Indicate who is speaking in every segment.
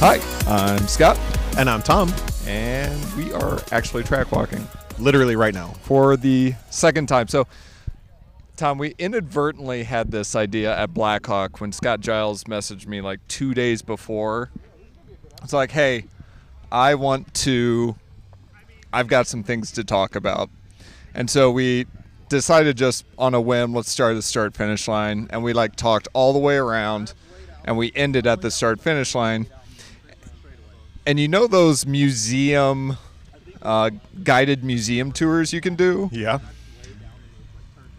Speaker 1: Hi, I'm Scott,
Speaker 2: And I'm Tom,
Speaker 1: and we are actually track walking
Speaker 2: literally right now.
Speaker 1: for the second time. So, Tom, we inadvertently had this idea at Blackhawk when Scott Giles messaged me like two days before. It's like, hey, I want to, I've got some things to talk about. And so we decided just on a whim, let's start at the start finish line. And we like talked all the way around and we ended at the start finish line. And you know those museum, uh, guided museum tours you can do?
Speaker 2: Yeah.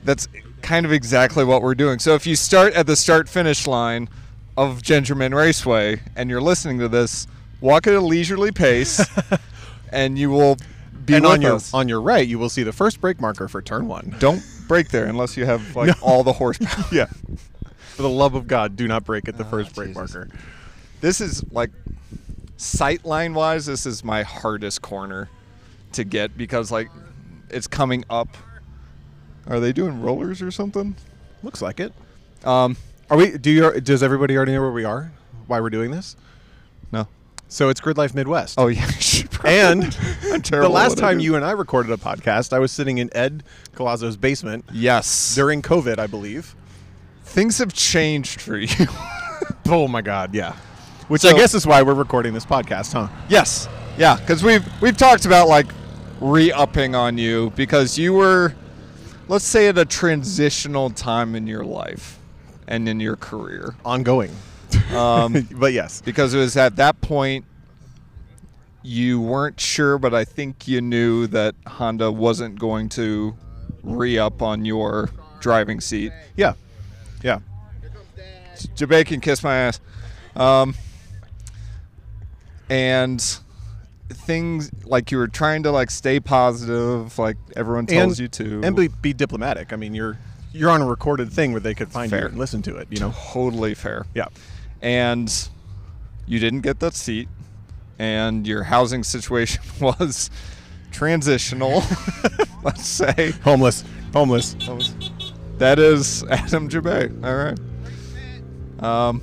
Speaker 1: That's kind of exactly what we're doing. So if you start at the start finish line of Gingerman Raceway and you're listening to this, walk at a leisurely pace and you will be
Speaker 2: and
Speaker 1: with
Speaker 2: on your
Speaker 1: us.
Speaker 2: on your right, you will see the first brake marker for turn one.
Speaker 1: Don't break there unless you have like all the horsepower.
Speaker 2: yeah. For the love of God, do not break at the first brake
Speaker 1: Jesus.
Speaker 2: marker.
Speaker 1: This is like sight line wise, this is my hardest corner to get because like it's coming up. Are they doing rollers or something?
Speaker 2: Looks like it.
Speaker 1: Um,
Speaker 2: Are we? Do you? Does everybody already know where we are? Why we're doing this?
Speaker 1: no.
Speaker 2: So it's Grid Life Midwest.
Speaker 1: Oh yeah.
Speaker 2: And
Speaker 1: I'm terrible.
Speaker 2: the last
Speaker 1: at what I
Speaker 2: time
Speaker 1: do.
Speaker 2: you and I recorded a podcast, I was sitting in Ed Colazzo's basement
Speaker 1: Yes.
Speaker 2: during COVID, I believe.
Speaker 1: Things have changed for you.
Speaker 2: Oh my God, yeah. Which
Speaker 1: So-
Speaker 2: I guess is why we're recording this podcast, huh?
Speaker 1: yes. Yeah, cuz we've we've talked about like re-upping on you because you were let's say at a transitional time in your life and in your career.
Speaker 2: Ongoing.
Speaker 1: Um
Speaker 2: but yes.
Speaker 1: because it was at that point you weren't sure but I think you knew that Honda wasn't going to re-up on your driving seat.
Speaker 2: Yeah. Yeah.
Speaker 1: Jabay can kiss my ass. Um, and things like you were trying to like stay positive, like everyone tells you to.
Speaker 2: and be, be diplomatic. I mean, you're you're on a recorded thing where they could find
Speaker 1: Fair.
Speaker 2: you and listen to it. You know?
Speaker 1: totally fair.
Speaker 2: Yeah.
Speaker 1: And you didn't get that seat, and your housing situation was transitional. let's say
Speaker 2: Homeless, homeless.
Speaker 1: that is Adam Jabay. All right. Um,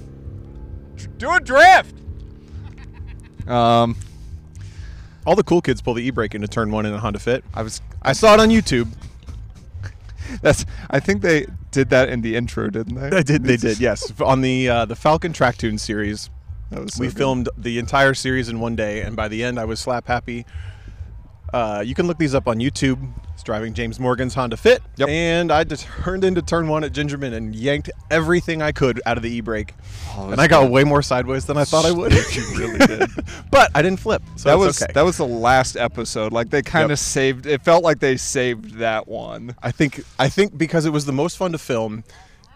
Speaker 1: do a draft. Um,
Speaker 2: All the cool kids pull the e-brake into turn one in a Honda Fit.
Speaker 1: I was
Speaker 2: I saw it on YouTube.
Speaker 1: That's. I think they did that in the intro, didn't they?
Speaker 2: They did. They did. Yes, on the uh, the Falcon Track Tune series,
Speaker 1: That was so
Speaker 2: we
Speaker 1: good.
Speaker 2: filmed the entire series in one day, and by the end, I was slap happy. Uh, you can look these up on YouTube. It's driving James Morgan's Honda Fit,
Speaker 1: Yep.
Speaker 2: and I just turned into turn one at Gingerman and yanked everything I could out of the e-brake,
Speaker 1: Oh,
Speaker 2: and
Speaker 1: that's
Speaker 2: I got
Speaker 1: good.
Speaker 2: way more sideways than I thought I would.
Speaker 1: You really did.
Speaker 2: but I didn't flip, so
Speaker 1: that
Speaker 2: it's
Speaker 1: was
Speaker 2: okay.
Speaker 1: that was the last episode. Like they kind of
Speaker 2: Yep.
Speaker 1: saved. It felt like they saved that one.
Speaker 2: I think I think because it was the most fun to film,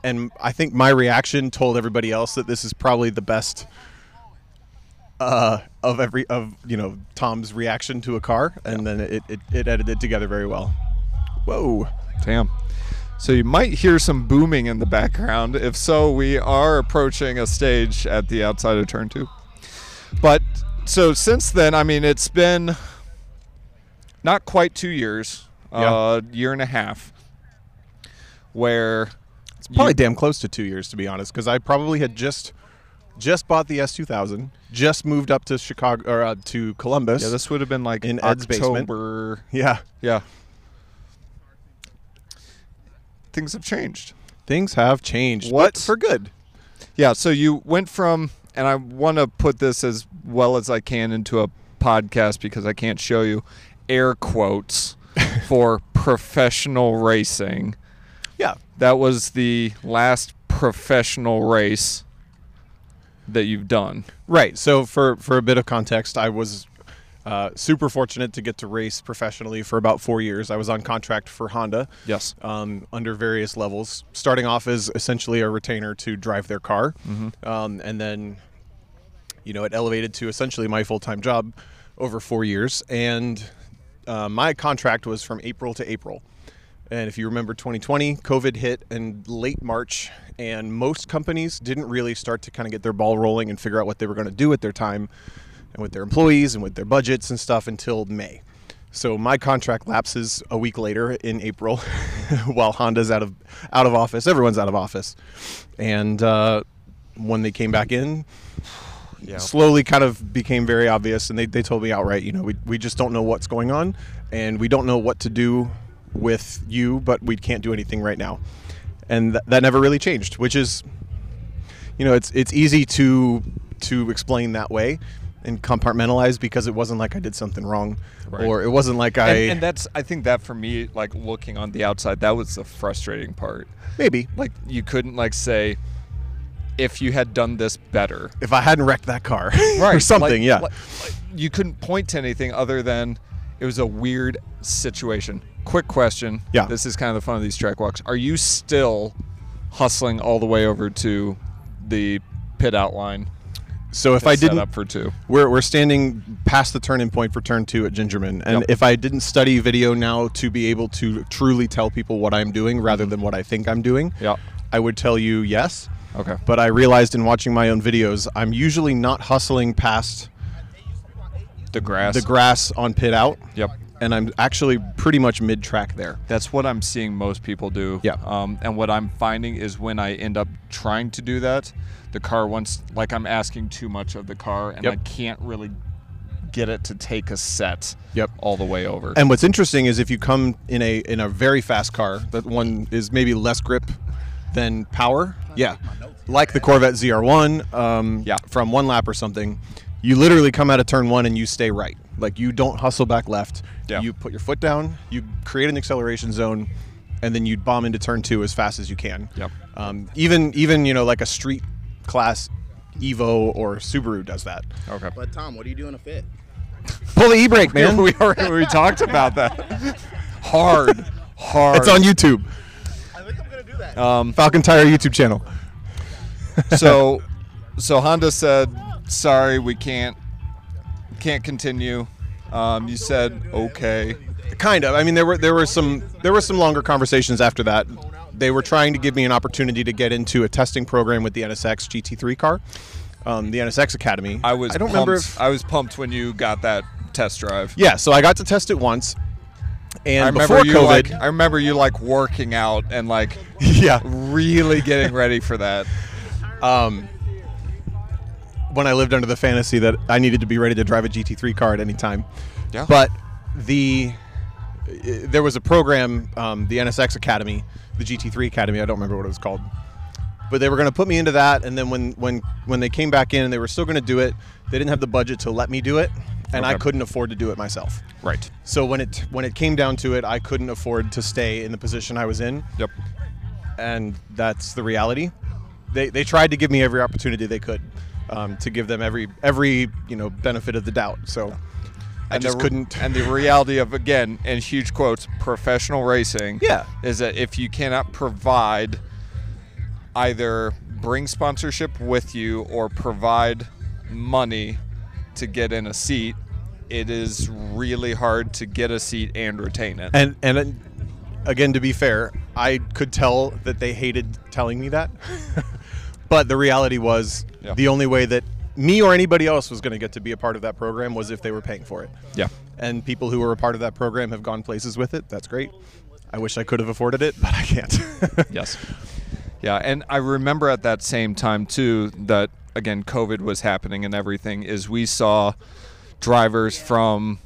Speaker 2: and I think my reaction told everybody else that this is probably the best uh, of every of you know Tom's reaction to a car, and then it, it it edited together very well. Whoa!
Speaker 1: Damn. So you might hear some booming in the background. If so, we are approaching a stage at the outside of turn two. But so since then, I mean, it's been not quite two years, uh, year and a half, where
Speaker 2: It's probably damn close to two years to be honest, because I probably had just just bought the S two thousand, just moved up to Chicago or uh, to Columbus.
Speaker 1: Yeah, this would have been like
Speaker 2: In Ed's basement.
Speaker 1: October.
Speaker 2: yeah.
Speaker 1: Yeah. Things have changed.
Speaker 2: Things have changed.
Speaker 1: What-
Speaker 2: but for good?
Speaker 1: Yeah, so you went from and I want to put this as well as I can into a podcast because I can't show you air quotes for professional racing.
Speaker 2: Yeah.
Speaker 1: That was the last professional race that you've done.
Speaker 2: Right. So for for a bit of context, I was uh, super fortunate to get to race professionally for about four years. I was on contract for Honda.
Speaker 1: Yes.
Speaker 2: Um, under various levels, starting off as essentially a retainer to drive their car, um, and then, you know, it elevated to essentially my full time job over four years. And uh, my contract was from April to April. And if you remember 2020, COVID hit in late March, and most companies didn't really start to kind of get their ball rolling and figure out what they were going to do with their time and with their employees and with their budgets and stuff until May. So my contract lapses a week later in April, while Honda's out of out of office. Everyone's out of office, and uh, when they came back in,
Speaker 1: Yeah.
Speaker 2: slowly kind of became very obvious and they, they told me outright you know we, we just don't know what's going on and we don't know what to do with you but we can't do anything right now and th- that never really changed which is you know it's it's easy to to explain that way and compartmentalize because it wasn't like I did something wrong
Speaker 1: Right.
Speaker 2: or it wasn't like I
Speaker 1: And, and that's I think that for me, like looking on the outside, that was the frustrating part.
Speaker 2: maybe
Speaker 1: Like you couldn't like say if you had done this better.
Speaker 2: if I hadn't wrecked that car
Speaker 1: Right.
Speaker 2: or
Speaker 1: like-
Speaker 2: something yeah
Speaker 1: like- like, you couldn't point to anything other than it was a weird situation. Quick question.
Speaker 2: Yeah.
Speaker 1: This is kind of the fun of these track walks. Are you still hustling all the way over to the pit outline?
Speaker 2: so if
Speaker 1: to
Speaker 2: I
Speaker 1: set
Speaker 2: didn't
Speaker 1: up for two.
Speaker 2: We're, we're standing past the turn-in point for turn two at Gingerman, and
Speaker 1: Yep.
Speaker 2: if I didn't study video now to be able to truly tell people what I'm doing rather
Speaker 1: Mm-hmm.
Speaker 2: than what I think I'm doing,
Speaker 1: Yeah.
Speaker 2: I would tell you yes.
Speaker 1: Okay.
Speaker 2: But I realized in watching my own videos, I'm usually not hustling past
Speaker 1: The grass.
Speaker 2: the grass on pit out.
Speaker 1: Yep.
Speaker 2: And I'm actually pretty much mid-track there.
Speaker 1: That's what I'm seeing most people do.
Speaker 2: Yeah.
Speaker 1: Um, and what I'm finding is when I end up trying to do that, the car wants like I'm asking too much of the car, and
Speaker 2: Yep.
Speaker 1: I can't really get it to take a set.
Speaker 2: Yep.
Speaker 1: All the way over.
Speaker 2: And what's interesting is if you come in a in a very fast car, that one is maybe less grip than power. Yeah, like the Corvette ZR1. Um,
Speaker 1: Yeah.
Speaker 2: from one lap or something, you literally come out of turn one and you stay right. Like you don't hustle back left.
Speaker 1: Yeah.
Speaker 2: You put your foot down. You create an acceleration zone, and then you bomb into turn two as fast as you can.
Speaker 1: Yep.
Speaker 2: Um, even even you know like a street class Evo or Subaru does that.
Speaker 1: okay.
Speaker 3: But Tom, what do you do in a fit?
Speaker 2: Pull the e brake, man.
Speaker 1: we already we talked about that. Hard. Hard.
Speaker 2: it's on YouTube.
Speaker 3: I think I'm gonna do that.
Speaker 1: Um,
Speaker 2: Falcon Tire YouTube channel.
Speaker 1: so, so Honda said, "Sorry, we can't, can't continue." Um, you said, "Okay."
Speaker 2: Kind of. I mean, there were there were some there were some longer conversations after that. They were trying to give me an opportunity to get into a testing program with the NSX GT3 car, um, the NSX Academy.
Speaker 1: I was.
Speaker 2: I don't
Speaker 1: pumped,
Speaker 2: remember. If,
Speaker 1: I was pumped when you got that test drive.
Speaker 2: yeah, so I got to test it once, and
Speaker 1: I remember
Speaker 2: before
Speaker 1: you
Speaker 2: COVID,
Speaker 1: like. I remember you like working out and like
Speaker 2: yeah,
Speaker 1: really getting ready for that.
Speaker 2: um, when I lived under the fantasy that I needed to be ready to drive a GT3 car at any time.
Speaker 1: Yeah.
Speaker 2: But the there was a program, um, the NSX Academy, the GT3 Academy. I don't remember what it was called, but they were going to put me into that. And then when when when they came back in and they were still going to do it, they didn't have the budget to let me do it, and I
Speaker 1: Okay.
Speaker 2: couldn't afford to do it myself.
Speaker 1: Right.
Speaker 2: So when it when it came down to it, I couldn't afford to stay in the position I was in
Speaker 1: Yep.
Speaker 2: and that's the reality. They, they tried to give me every opportunity they could um, to give them every every you know benefit of the doubt. So I
Speaker 1: And
Speaker 2: just
Speaker 1: the-
Speaker 2: couldn't.
Speaker 1: And the reality of again, in huge quotes, professional racing.
Speaker 2: Yeah.
Speaker 1: Is that if you cannot provide, either bring sponsorship with you or provide money to get in a seat, it is really hard to get a seat and retain it.
Speaker 2: and and uh, again, to be fair, I could tell that they hated telling me that. but the reality was
Speaker 1: Yeah.
Speaker 2: the only way that me or anybody else was going to get to be a part of that program was if they were paying for it.
Speaker 1: yeah.
Speaker 2: And people who were a part of that program have gone places with it. That's great. I wish I could have afforded it, but I can't.
Speaker 1: Yes. Yeah, and I remember at that same time too that again COVID was happening and everything is we saw drivers from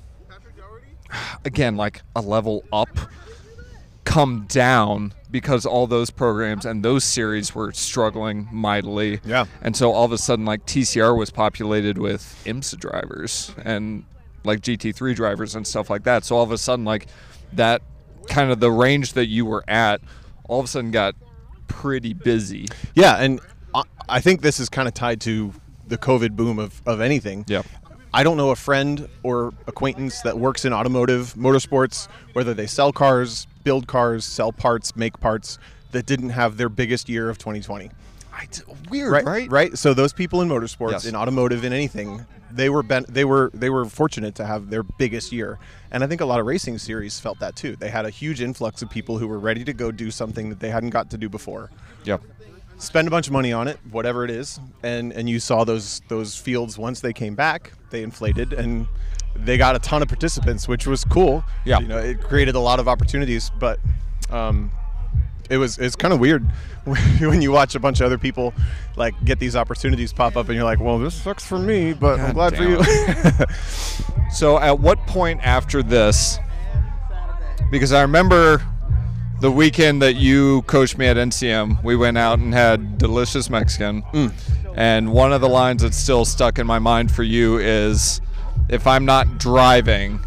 Speaker 1: again like a level up come down because all those programs and those series were struggling mightily.
Speaker 2: Yeah.
Speaker 1: And so all of a sudden like TCR was populated with IMSA drivers and like GT3 drivers and stuff like that. So all of a sudden like that kind of the range that you were at all of a sudden got pretty busy.
Speaker 2: Yeah, and I, I think this is kind of tied to the COVID boom of, of anything.
Speaker 1: Yep.
Speaker 2: I don't know a friend or acquaintance that works in automotive, motorsports, whether they sell cars, build cars, sell parts, make parts, that didn't have their biggest year of 2020.
Speaker 1: I d- weird,
Speaker 2: Right,
Speaker 1: right?
Speaker 2: right, So those people in motorsports,
Speaker 1: Yes.
Speaker 2: in automotive, in anything, they were ben- they were they were fortunate to have their biggest year, and I think a lot of racing series felt that too. They had a huge influx of people who were ready to go do something that they hadn't got to do before
Speaker 1: Yep.
Speaker 2: spend a bunch of money on it, whatever it is, and and you saw those those fields once they came back, they inflated and they got a ton of participants, which was cool.
Speaker 1: Yeah.
Speaker 2: you know, it created a lot of opportunities, but um, it was it's kind of weird when you watch a bunch of other people like get these opportunities pop up and you're like, well, this sucks for me, but I'm
Speaker 1: God
Speaker 2: glad for you.
Speaker 1: So at what point after this? Because I remember the weekend that you coached me at NCM, we went out and had delicious Mexican. And one of the lines that's still stuck in my mind for you is if I'm not driving,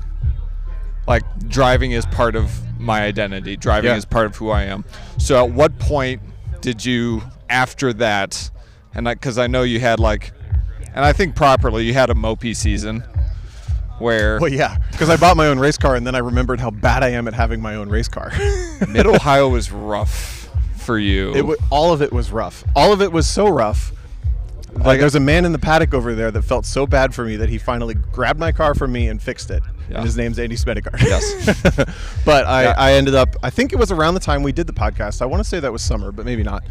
Speaker 1: like driving is part of my identity, driving
Speaker 2: Yeah.
Speaker 1: is part of who I am. So at what point did you, after that, and because I, know you had like, and I think properly, you had a mopey season where
Speaker 2: well, yeah, because I bought my own race car and then I remembered how bad I am at having my own race car.
Speaker 1: Mid Ohio was rough for you.
Speaker 2: It w- all of it was rough. All of it was so rough. Like there's a man in the paddock over there that felt so bad for me that he finally grabbed my car from me and fixed it.
Speaker 1: Yeah.
Speaker 2: And his name's Andy Smedegar.
Speaker 1: Yes.
Speaker 2: but I,
Speaker 1: Yeah.
Speaker 2: I ended up. I think it was around the time we did the podcast. I want to say that was summer, but maybe not.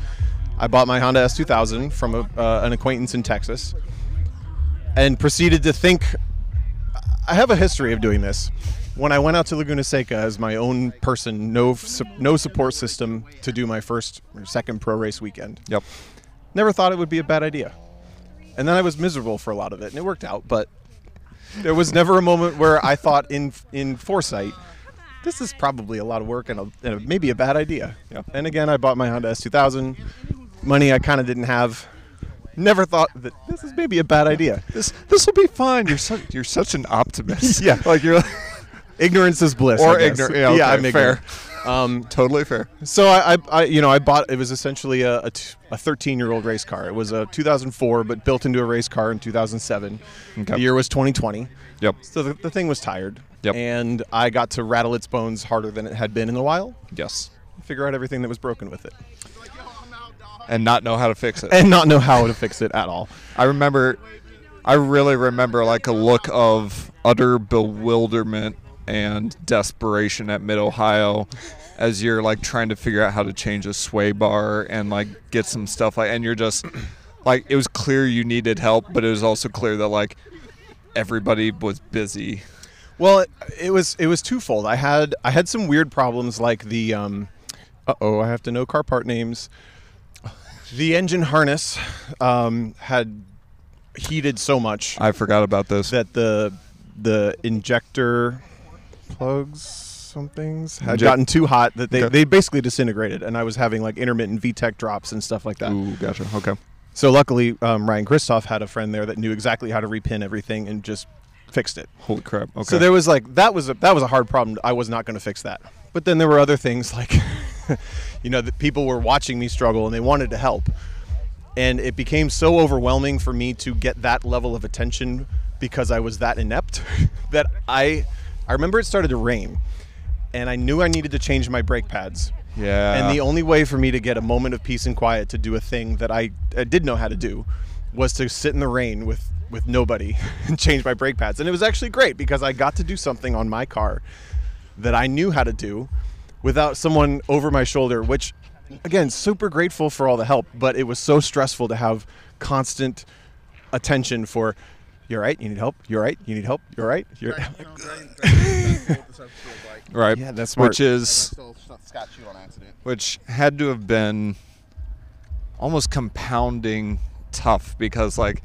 Speaker 2: I bought my Honda S2000 from a, uh, an acquaintance in Texas, and proceeded to think. I have a history of doing this. When I went out to Laguna Seca as my own person, no su- no support system to do my first or second pro race weekend,
Speaker 1: yep.
Speaker 2: never thought it would be a bad idea. And then I was miserable for a lot of it, and it worked out. But there was never a moment where I thought, in in foresight, this is probably a lot of work and, a, and a, maybe a bad idea.
Speaker 1: Yeah.
Speaker 2: And again, I bought my Honda S2000, money I kind of didn't have. Never thought that this is maybe a bad idea.
Speaker 1: This this will be fun. You're such you're such an optimist.
Speaker 2: Yeah.
Speaker 1: like you're
Speaker 2: Ignorance is bliss.
Speaker 1: Or
Speaker 2: I guess.
Speaker 1: ignor- yeah, okay,
Speaker 2: I'm ignorant. Um,
Speaker 1: totally fair.
Speaker 2: So I, I, I, you know, I bought. It was essentially a a t- a 13 year old race car. It was a 2004, but built into a race car in 2007.
Speaker 1: Okay.
Speaker 2: The year was 2020.
Speaker 1: Yep.
Speaker 2: So the, the thing was tired.
Speaker 1: Yep.
Speaker 2: And I got to rattle its bones harder than it had been in a while.
Speaker 1: Yes.
Speaker 2: Figure out everything that was broken with it,
Speaker 1: And not know how to fix it.
Speaker 2: and not know how to fix it at all.
Speaker 1: I remember, I really remember like a look of utter bewilderment and desperation at Mid Ohio, as you're like trying to figure out how to change a sway bar and like get some stuff like, and you're just like it was clear you needed help, but it was also clear that like everybody was busy.
Speaker 2: Well, it, it was it was twofold. I had I had some weird problems like the um, uh oh, I have to know car part names. The engine harness um, had heated so much
Speaker 1: I forgot about this.
Speaker 2: that the the injector plugs some things had
Speaker 1: Inject-
Speaker 2: gotten too hot that they,
Speaker 1: Okay.
Speaker 2: they basically disintegrated and I was having like intermittent VTEC drops and stuff like that.
Speaker 1: Ooh, gotcha. Okay.
Speaker 2: So luckily um, Ryan Kristoff had a friend there that knew exactly how to repin everything and just fixed it.
Speaker 1: Holy crap. Okay.
Speaker 2: So there was like that was a, that was a hard problem. I was not going to fix that. But then there were other things like, you know, that people were watching me struggle and they wanted to help, and it became so overwhelming for me to get that level of attention because I was that inept that I I remember it started to rain, and I knew I needed to change my brake pads.
Speaker 1: Yeah.
Speaker 2: And the only way for me to get a moment of peace and quiet to do a thing that I, I did know how to do was to sit in the rain with with nobody and change my brake pads. And it was actually great because I got to do something on my car that I knew how to do without someone over my shoulder, which again, super grateful for all the help, but it was so stressful to have constant attention for you're right, you need help, you're right, you need help, you're right, you're
Speaker 1: right.
Speaker 2: Yeah, that's smart.
Speaker 1: which is
Speaker 3: Scotch you on accident.
Speaker 1: which had to have been almost compounding tough because like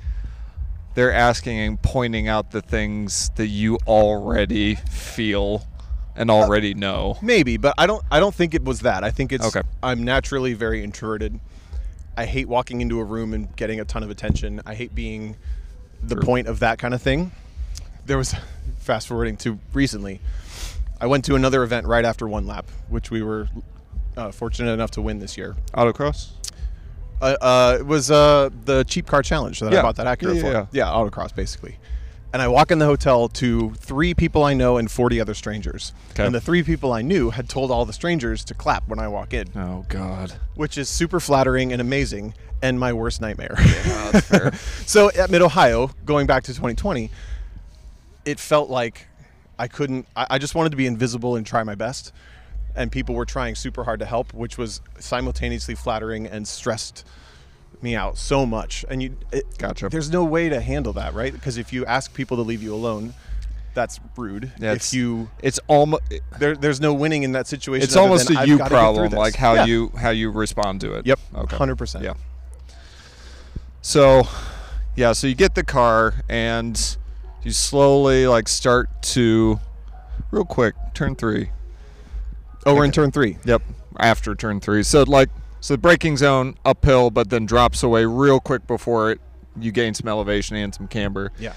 Speaker 1: they're asking and pointing out the things that you already feel and
Speaker 2: Uh,
Speaker 1: already know.
Speaker 2: Maybe, but I don't. I don't think it was that. I think it's.
Speaker 1: Okay.
Speaker 2: I'm naturally very introverted. I hate walking into a room and getting a ton of attention. I hate being the point of that kind of thing. There was fast forwarding to recently. I went to another event right after one lap, which we were uh, fortunate enough to win this year.
Speaker 1: Autocross?
Speaker 2: Uh, uh, it was uh, the cheap car challenge that
Speaker 1: Yeah.
Speaker 2: I bought that Acura
Speaker 1: Yeah,
Speaker 2: for.
Speaker 1: yeah,
Speaker 2: yeah, autocross basically. And I walk in the hotel to three people I know and 40 other strangers.
Speaker 1: Okay.
Speaker 2: And the three people I knew had told all the strangers to clap when I walk in,
Speaker 1: Oh god.
Speaker 2: which is super flattering and amazing and my worst nightmare. so at Mid Ohio, going back to 2020, it felt like I couldn't, I, I just wanted to be invisible and try my best. And people were trying super hard to help, which was simultaneously flattering and stressed me out so much. And you, it,
Speaker 1: Gotcha.
Speaker 2: There's no way to handle that, right? Because if you ask people to leave you alone, that's rude.
Speaker 1: Yeah,
Speaker 2: if
Speaker 1: it's-
Speaker 2: you
Speaker 1: It's almost
Speaker 2: there, there's no winning in that situation.
Speaker 1: it's
Speaker 2: other
Speaker 1: almost
Speaker 2: than
Speaker 1: a
Speaker 2: I've
Speaker 1: you
Speaker 2: gotta get through
Speaker 1: problem,
Speaker 2: this.
Speaker 1: like how
Speaker 2: Yeah.
Speaker 1: you how you respond to it.
Speaker 2: Yep.
Speaker 1: Okay.
Speaker 2: Hundred percent.
Speaker 1: Yeah. So, yeah, so you get the car and you slowly like start to real quick turn 3.
Speaker 2: Oh, we're in turn three.
Speaker 1: Yep, after turn 3. So like so the braking zone uphill but then drops away real quick before it you gain some elevation and some camber.
Speaker 2: Yeah.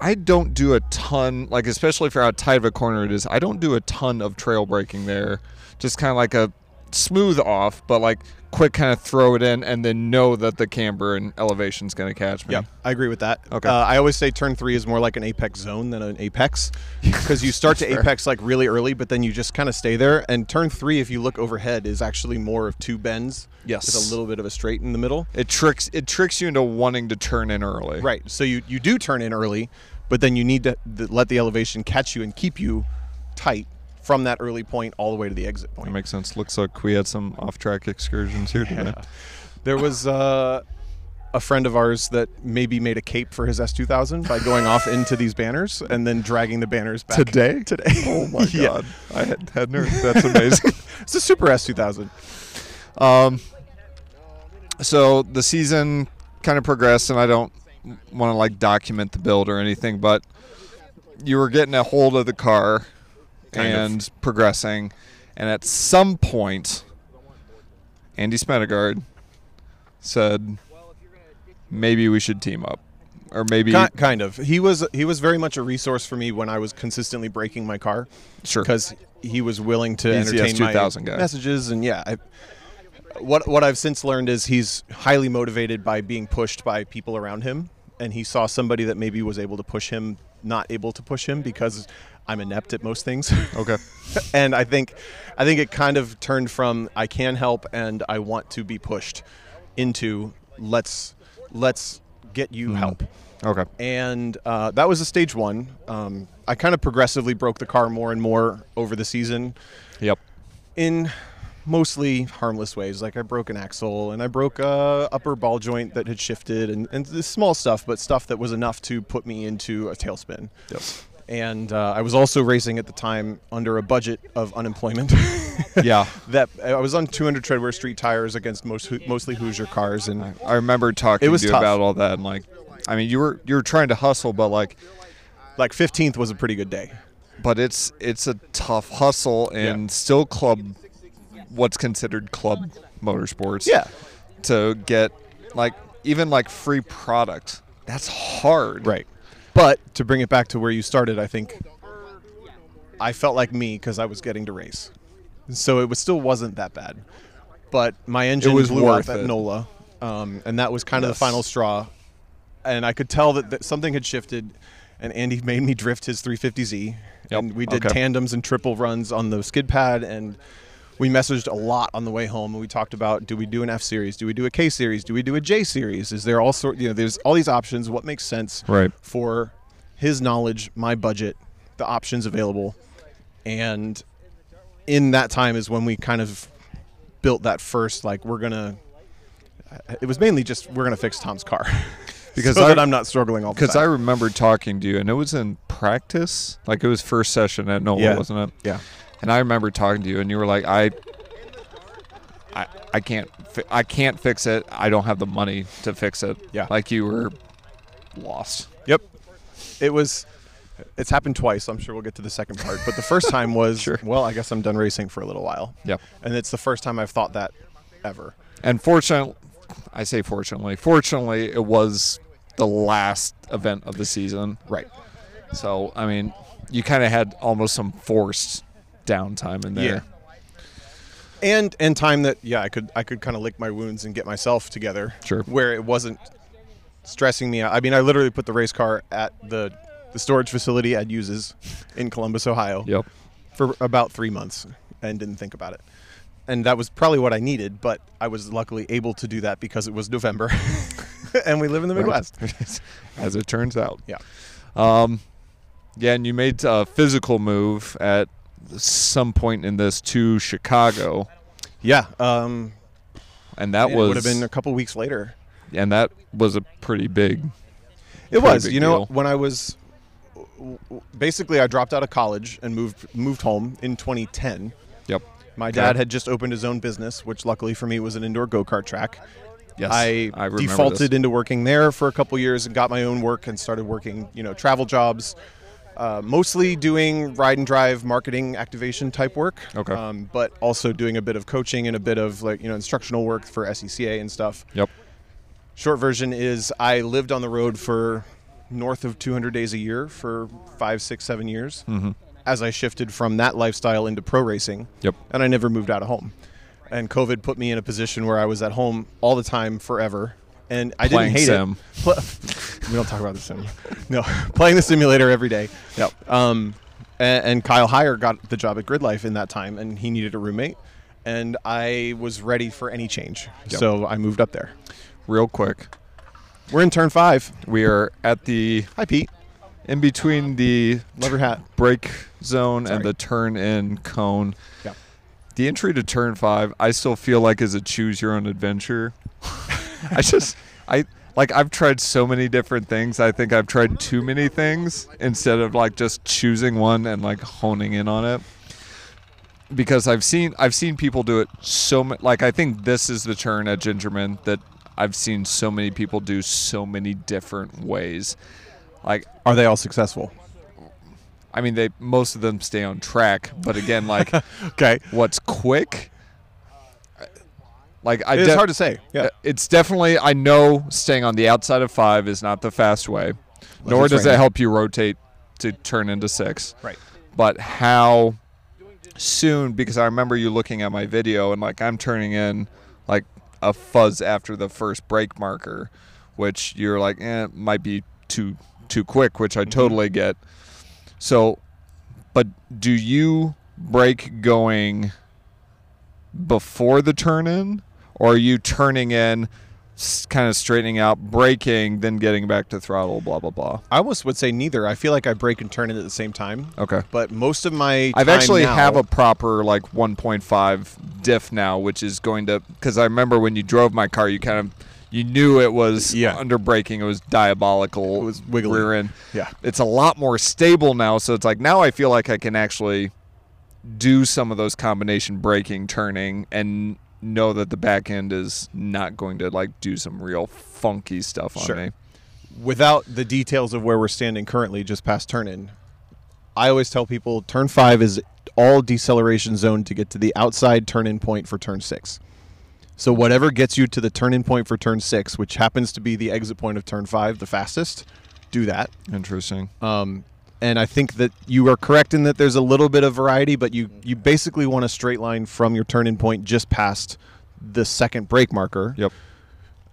Speaker 1: I don't do a ton, like especially for how tight of a corner it is. I don't do a ton of trail braking there. Just kind of like a smooth off, but like quick kind of throw it in, and then know that the camber and elevation's going to catch me.
Speaker 2: Yeah, I agree with that.
Speaker 1: Okay.
Speaker 2: Uh, I always say turn three is more like an apex zone than an apex because you start to apex like really early, but then you just kind of stay there. And turn three, if you look overhead, is actually more of two bends.
Speaker 1: Yes.
Speaker 2: With a little bit of a straight in the middle.
Speaker 1: It tricks it tricks you into wanting to turn in early.
Speaker 2: Right. So you, you do turn in early, but then you need to th- let the elevation catch you and keep you tight from that early point all the way to the exit
Speaker 1: That
Speaker 2: point.
Speaker 1: makes sense. Looks like we had some off-track excursions here today.
Speaker 2: There was uh, a friend of ours that maybe made a cape for his S2000 by going off into these banners and then dragging the banners back.
Speaker 1: Today?
Speaker 2: Today.
Speaker 1: Oh my
Speaker 2: Yeah.
Speaker 1: god, I had, had nerves. That's amazing.
Speaker 2: It's a Super S2000.
Speaker 1: so the season kind of progressed and i don't want to like document the build or anything but you were getting a hold of the car
Speaker 2: Kind of.
Speaker 1: and progressing and at some point andy smedegaard said maybe we should team up or maybe
Speaker 2: Ki- kind of. He was he was very much a resource for me when I was consistently breaking my car
Speaker 1: sure
Speaker 2: because he was willing to
Speaker 1: He's the
Speaker 2: entertain my
Speaker 1: S2000 guy.
Speaker 2: messages and yeah. I, what what I've since learned is he's highly motivated by being pushed by people around him, and he saw somebody that maybe was able to push him, not able to push him because I'm inept at most things.
Speaker 1: okay
Speaker 2: and I think I think it kind of turned from I can help and I want to be pushed into let's let's get
Speaker 1: Mm.
Speaker 2: you help.
Speaker 1: okay
Speaker 2: And uh, that was a stage one. Um, I kind of progressively broke the car more and more over the season
Speaker 1: yep
Speaker 2: in mostly harmless ways. Like I broke an axle and I broke a upper ball joint that had shifted and, and this small stuff, but stuff that was enough to put me into a tailspin.
Speaker 1: Yes.
Speaker 2: And uh, I was also racing at the time under a budget of unemployment.
Speaker 1: yeah
Speaker 2: that I was on 200 treadwear street tires against most mostly Hoosier cars, and
Speaker 1: i remember talking
Speaker 2: It was
Speaker 1: to you
Speaker 2: tough.
Speaker 1: about all that and like i mean you were you were trying to hustle but like
Speaker 2: like 15th was a pretty good day.
Speaker 1: but it's it's a tough hustle and
Speaker 2: Yeah.
Speaker 1: still club what's considered club motorsports
Speaker 2: Yeah.
Speaker 1: to get like even like free product that's hard
Speaker 2: Right. But to bring it back to where you started, I think I felt like me because I was getting to race. So it was still wasn't that bad. But my engine
Speaker 1: was
Speaker 2: blew
Speaker 1: worth
Speaker 2: up at
Speaker 1: it.
Speaker 2: NOLA, um, and that was kind of
Speaker 1: Yes.
Speaker 2: the final straw. And I could tell that, that something had shifted, and Andy made me drift his 350Z.
Speaker 1: Yep.
Speaker 2: And we did
Speaker 1: Okay.
Speaker 2: tandems and triple runs on the skid pad, and we messaged a lot on the way home. And we talked about do we do an F series? Do we do a K series? Do we do a J series? Is there all sort? You know, there's all these options. What makes sense?
Speaker 1: Right.
Speaker 2: for his knowledge, my budget, the options available. And in that time is when we kind of built that first, like, we're going to. It was mainly just we're going to fix Tom's car.
Speaker 1: Because
Speaker 2: so
Speaker 1: I-
Speaker 2: that I'm not struggling all the
Speaker 1: because i
Speaker 2: time.
Speaker 1: remember talking to you and it was in practice like it was first session at nola
Speaker 2: Yeah.
Speaker 1: wasn't it
Speaker 2: Yeah.
Speaker 1: and i remember talking to you and you were like i i, I can't fi- i can't fix it i don't have the money to fix it
Speaker 2: Yeah.
Speaker 1: like you were lost
Speaker 2: Yep. It was. It's happened twice. I'm sure we'll get to the second part. But the first time was,
Speaker 1: Sure.
Speaker 2: well, I guess I'm done racing for a little while.
Speaker 1: Yep.
Speaker 2: And it's the first time I've thought that ever.
Speaker 1: And fortunately, I say fortunately, fortunately, it was the last event of the season.
Speaker 2: Right.
Speaker 1: So, I mean, you kind of had almost some forced downtime in there.
Speaker 2: and and time that yeah i could i could kind of lick my wounds and get myself together
Speaker 1: Sure.
Speaker 2: where it wasn't stressing me out i mean i literally put the race car at the the storage facility ed uses in columbus ohio
Speaker 1: Yep.
Speaker 2: for about three months and didn't think about it and that was probably what i needed but i was luckily able to do that because it was november and we live in the midwest
Speaker 1: As it turns out. Um,
Speaker 2: yeah
Speaker 1: Yeah, and you made a physical move at some point in this to Chicago,
Speaker 2: yeah um
Speaker 1: and that
Speaker 2: it
Speaker 1: was
Speaker 2: would have been a couple weeks later
Speaker 1: and that was a pretty big.
Speaker 2: It
Speaker 1: pretty
Speaker 2: was,
Speaker 1: big
Speaker 2: you know,
Speaker 1: deal.
Speaker 2: when I was w- w- basically I dropped out of college and moved moved home in 2010.
Speaker 1: Yep.
Speaker 2: My dad
Speaker 1: Okay.
Speaker 2: had just opened his own business, which luckily for me was an indoor go kart track.
Speaker 1: Yes.
Speaker 2: I,
Speaker 1: remember this.
Speaker 2: defaulted into working there for a couple years and got my own work and started working, you know, travel jobs, uh, mostly doing ride and drive marketing activation type work.
Speaker 1: Okay.
Speaker 2: Um, but also doing a bit of coaching and a bit of like you know instructional work for SECA and stuff.
Speaker 1: Yep.
Speaker 2: Short version is I lived on the road for north of 200 days a year for five, six, seven years
Speaker 1: Mm-hmm.
Speaker 2: as I shifted from that lifestyle into pro racing.
Speaker 1: Yep.
Speaker 2: And I never moved out of home. And COVID put me in a position where I was at home all the time forever. And I
Speaker 1: Playing
Speaker 2: didn't hate
Speaker 1: sim.
Speaker 2: it. Pl- we don't talk about the sim. No, playing the simulator every day. Yep. Um, a- and, Kyle Heyer got the job at Grid Life in that time, and he needed a roommate. And I was ready for any change,
Speaker 1: Yep.
Speaker 2: so I moved up there.
Speaker 1: Real quick.
Speaker 2: We're in turn five.
Speaker 1: We are at the
Speaker 2: Hi, Pete.
Speaker 1: in between the
Speaker 2: Love your hat.
Speaker 1: break zone
Speaker 2: Sorry.
Speaker 1: and the turn in cone.
Speaker 2: Yeah.
Speaker 1: The entry to turn five, I still feel like is a choose your own adventure. I just, I like, I've tried so many different things. I think I've tried too many things instead of like just choosing one and like honing in on it. Because I've seen, I've seen people do it so much. Like, I think this is the turn at Gingerman that I've seen so many people do so many different ways. Like,
Speaker 2: Are they all successful?
Speaker 1: I mean, they most of them stay on track, but again, like
Speaker 2: Okay.
Speaker 1: what's quick, like I
Speaker 2: It's
Speaker 1: def-
Speaker 2: hard to say. Yeah.
Speaker 1: uh, It's definitely I know staying on the outside of five is not the fast way, nor
Speaker 2: it's
Speaker 1: does it
Speaker 2: raining.
Speaker 1: help you rotate to turn into six.
Speaker 2: Right.
Speaker 1: But how soon? Because I remember you looking at my video and like I'm turning in like a fuzz after the first break marker, which you're like, eh, it might be too too quick, which I totally get. So, but do you break going before the turn in, or are you turning in, kind of straightening out, braking, then getting back to throttle, blah blah blah?
Speaker 2: I almost would say neither. I feel like I break and turn it at the same time.
Speaker 1: Okay.
Speaker 2: But most of my
Speaker 1: I've
Speaker 2: time
Speaker 1: actually
Speaker 2: now-
Speaker 1: have a proper like 1.5 diff now, which is going to because I remember when you drove my car, you kind of you knew it was
Speaker 2: Yeah.
Speaker 1: under braking, it was diabolical, it
Speaker 2: was wiggly.
Speaker 1: rear end.
Speaker 2: Yeah.
Speaker 1: it's a lot more stable now, so it's like now I feel like I can actually do some of those combination braking, turning, and know that the back end is not going to like do some real funky stuff on
Speaker 2: Sure.
Speaker 1: me.
Speaker 2: without the details of where we're standing currently, just past turn in. I always tell people turn five is all deceleration zone to get to the outside turn in point for turn six. So whatever gets you to the turn in point for turn six, which happens to be the exit point of turn five, the fastest, do that.
Speaker 1: Interesting.
Speaker 2: Um, and I think that you are correct in that there's a little bit of variety, but you, you basically want a straight line from your turn in point just past the second break marker.
Speaker 1: Yep.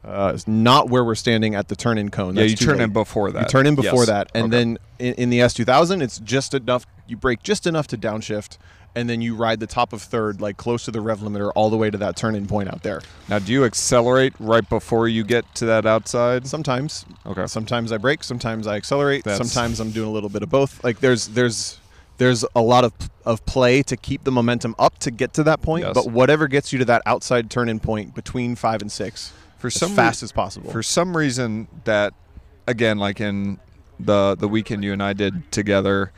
Speaker 2: Uh, it's not where we're standing at the turn in cone.
Speaker 1: Yeah,
Speaker 2: That's
Speaker 1: you
Speaker 2: too
Speaker 1: turn
Speaker 2: late.
Speaker 1: in before that.
Speaker 2: You turn in before
Speaker 1: Yes.
Speaker 2: that, and
Speaker 1: Okay.
Speaker 2: then in, in the S2000, it's just enough. You break just enough to downshift, and then you ride the top of third, like close to the rev limiter, all the way to that turn in point out there.
Speaker 1: Now, do you accelerate right before you get to that outside?
Speaker 2: Sometimes,
Speaker 1: Okay.
Speaker 2: Sometimes I brake. Sometimes I accelerate.
Speaker 1: That's-
Speaker 2: Sometimes I'm doing a little bit of both. Like there's there's there's a lot of of play to keep the momentum up to get to that point.
Speaker 1: Yes.
Speaker 2: But whatever gets you to that outside turn in point between five and six,
Speaker 1: For
Speaker 2: as
Speaker 1: some re-
Speaker 2: fast as possible.
Speaker 1: For some reason, that again, like in the the weekend you and I did together,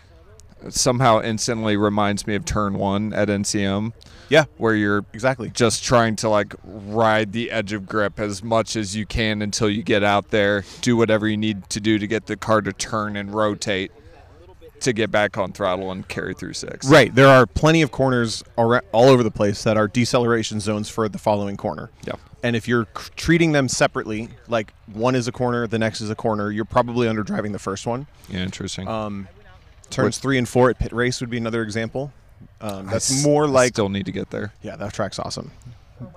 Speaker 1: somehow instantly reminds me of turn one at NCM,
Speaker 2: yeah,
Speaker 1: where you're
Speaker 2: exactly.
Speaker 1: just trying to like ride the edge of grip as much as you can until you get out there, do whatever you need to do to get the car to turn and rotate to get back on throttle and carry through six.
Speaker 2: Right. There are plenty of corners ar- all over the place that are deceleration zones for the following corner.
Speaker 1: Yeah.
Speaker 2: And if you're c- treating them separately, like one is a corner, the next is a corner, you're probably underdriving the first one.
Speaker 1: Interesting.
Speaker 2: Um, Turns three and four at pit race would be another example. Um,
Speaker 1: I
Speaker 2: that's
Speaker 1: s-
Speaker 2: more
Speaker 1: I
Speaker 2: like,
Speaker 1: still need to get there.
Speaker 2: yeah, that track's awesome.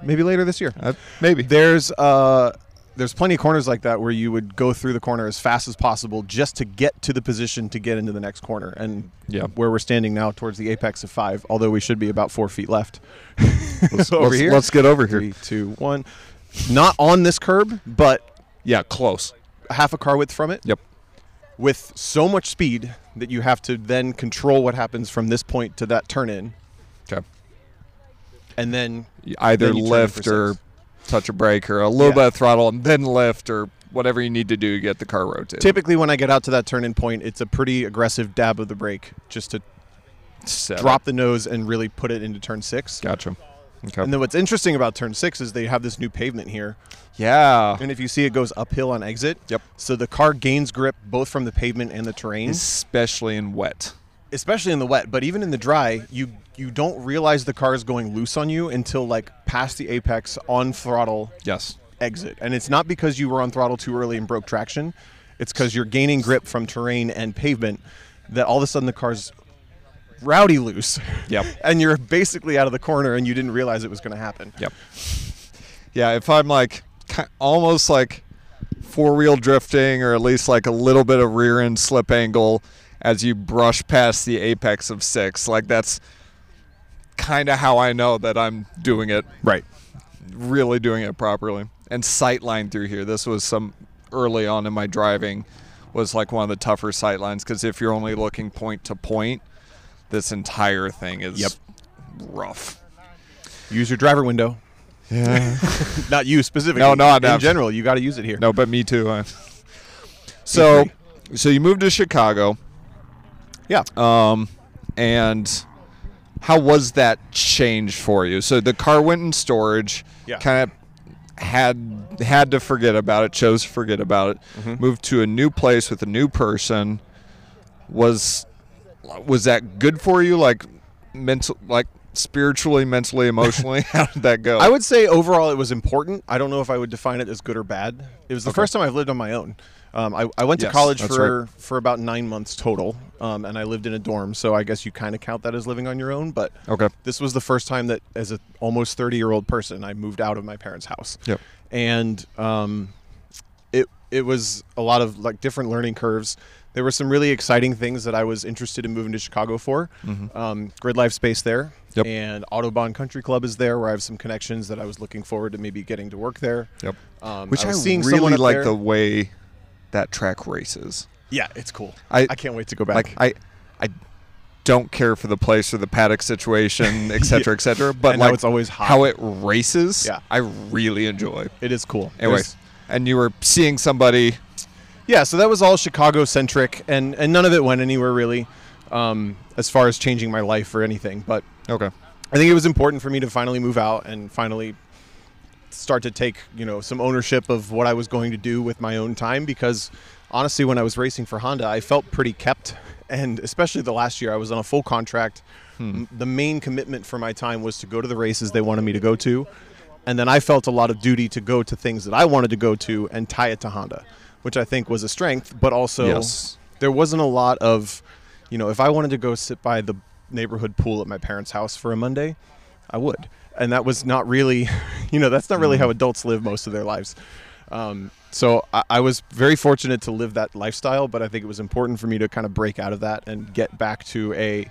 Speaker 2: Maybe later this year.
Speaker 1: maybe.
Speaker 2: There's uh, there's plenty of corners like that where you would go through the corner as fast as possible just to get to the position to get into the next corner. And
Speaker 1: Yeah.
Speaker 2: where we're standing now, towards the apex of five, although we should be about four feet left.
Speaker 1: Let's,
Speaker 2: Over
Speaker 1: let's-
Speaker 2: here.
Speaker 1: let's get over here.
Speaker 2: Three, two, one. Not on this curb, but
Speaker 1: Yeah, close.
Speaker 2: half a car width from it.
Speaker 1: Yep.
Speaker 2: With so much speed that you have to then control what happens from this point to that turn in,
Speaker 1: Okay.
Speaker 2: and then
Speaker 1: either
Speaker 2: Then you turn it
Speaker 1: lift
Speaker 2: for
Speaker 1: or
Speaker 2: six.
Speaker 1: touch a brake or a little
Speaker 2: Yeah.
Speaker 1: bit of throttle and then lift or whatever you need to do to get the car rotated.
Speaker 2: Typically, when I get out to that turning point, it's a pretty aggressive dab of the brake just to
Speaker 1: Set
Speaker 2: drop the nose and really put it into turn six.
Speaker 1: Gotcha. Okay.
Speaker 2: And then what's interesting about turn six is they have this new pavement here,
Speaker 1: yeah.
Speaker 2: and if you see, it goes uphill on exit.
Speaker 1: Yep.
Speaker 2: So the car gains grip both from the pavement and the terrain,
Speaker 1: Especially in wet.
Speaker 2: especially in the wet. But even in the dry, you you don't realize the car is going loose on you until like past the apex on throttle
Speaker 1: Yes.
Speaker 2: exit. And it's not because you were on throttle too early and broke traction. It's because you're gaining grip from terrain and pavement that all of a sudden the car's rowdy loose.
Speaker 1: Yep.
Speaker 2: and you're basically out of the corner and you didn't realize it was going to happen.
Speaker 1: Yep. Yeah, if I'm like ki- almost like four wheel drifting or at least like a little bit of rear end slip angle as you brush past the apex of six, like that's kind of how I know that I'm doing it,
Speaker 2: Right.
Speaker 1: really doing it properly. And sight line through here, this was some early on in my driving, was like one of the tougher sight lines because if you're only looking point to point, this entire thing is
Speaker 2: Yep.
Speaker 1: rough.
Speaker 2: Use your driver window.
Speaker 1: Yeah.
Speaker 2: Not you specifically.
Speaker 1: No, no,
Speaker 2: In
Speaker 1: no.
Speaker 2: general, you got to use it here.
Speaker 1: No, but me too. huh? so, so you moved to Chicago,
Speaker 2: Yeah.
Speaker 1: um, and how was that change for you? So the car went in storage.
Speaker 2: Yeah.
Speaker 1: Kind of had had to forget about it. Chose to forget about it.
Speaker 2: Mm-hmm.
Speaker 1: Moved to a new place with a new person. Was was that good for you? Like mental, like spiritually, mentally, emotionally? how did that go?
Speaker 2: I would say overall it was important. I don't know if I would define it as good or bad. It was the first time I've lived on my own. Um, I, I went to
Speaker 1: Yes,
Speaker 2: college
Speaker 1: that's
Speaker 2: for, for about nine months total, um, and I lived in a dorm. So I guess you kind of count that as living on your own. But
Speaker 1: Okay.
Speaker 2: this was the first time that, as a almost thirty year old person, I moved out of my parents' house.
Speaker 1: Yep.
Speaker 2: And um, it it was a lot of like different learning curves. There were some really exciting things that I was interested in moving to Chicago for. Um, Grid Life Space there,
Speaker 1: Mm-hmm. Yep.
Speaker 2: and Autobahn Country Club is there, where I have some connections that I was looking forward to maybe getting to work there.
Speaker 1: Yep.
Speaker 2: Um,
Speaker 1: Which I,
Speaker 2: was seeing someone
Speaker 1: really
Speaker 2: up
Speaker 1: like
Speaker 2: there.
Speaker 1: the way that track races.
Speaker 2: yeah, it's cool.
Speaker 1: I-
Speaker 2: I, I can't wait to go back.
Speaker 1: Like I, I don't care for the place or the paddock situation, et cetera, et cetera. But
Speaker 2: And how
Speaker 1: like
Speaker 2: it's always hot.
Speaker 1: how it races,
Speaker 2: Yeah.
Speaker 1: I really enjoy.
Speaker 2: it is cool.
Speaker 1: Anyway,
Speaker 2: There's-
Speaker 1: and you were seeing somebody.
Speaker 2: Yeah, so that was all Chicago centric, and and none of it went anywhere really, um, as far as changing my life or anything. But
Speaker 1: Okay.
Speaker 2: I think it was important for me to finally move out and finally start to take you know some ownership of what I was going to do with my own time because honestly, when I was racing for Honda, I felt pretty kept, and especially the last year I was on a full contract. M- The main commitment for my time was to go to the races they wanted me to go to, and then I felt a lot of duty to go to things that I wanted to go to and tie it to Honda, which I think was a strength, but also
Speaker 1: Yes.
Speaker 2: there wasn't a lot of, you know, if I wanted to go sit by the neighborhood pool at my parents' house for a Monday, I would. And that was not really, you know, that's not really how adults live most of their lives. Um, so I, I was very fortunate to live that lifestyle, but I think it was important for me to kind of break out of that and get back to a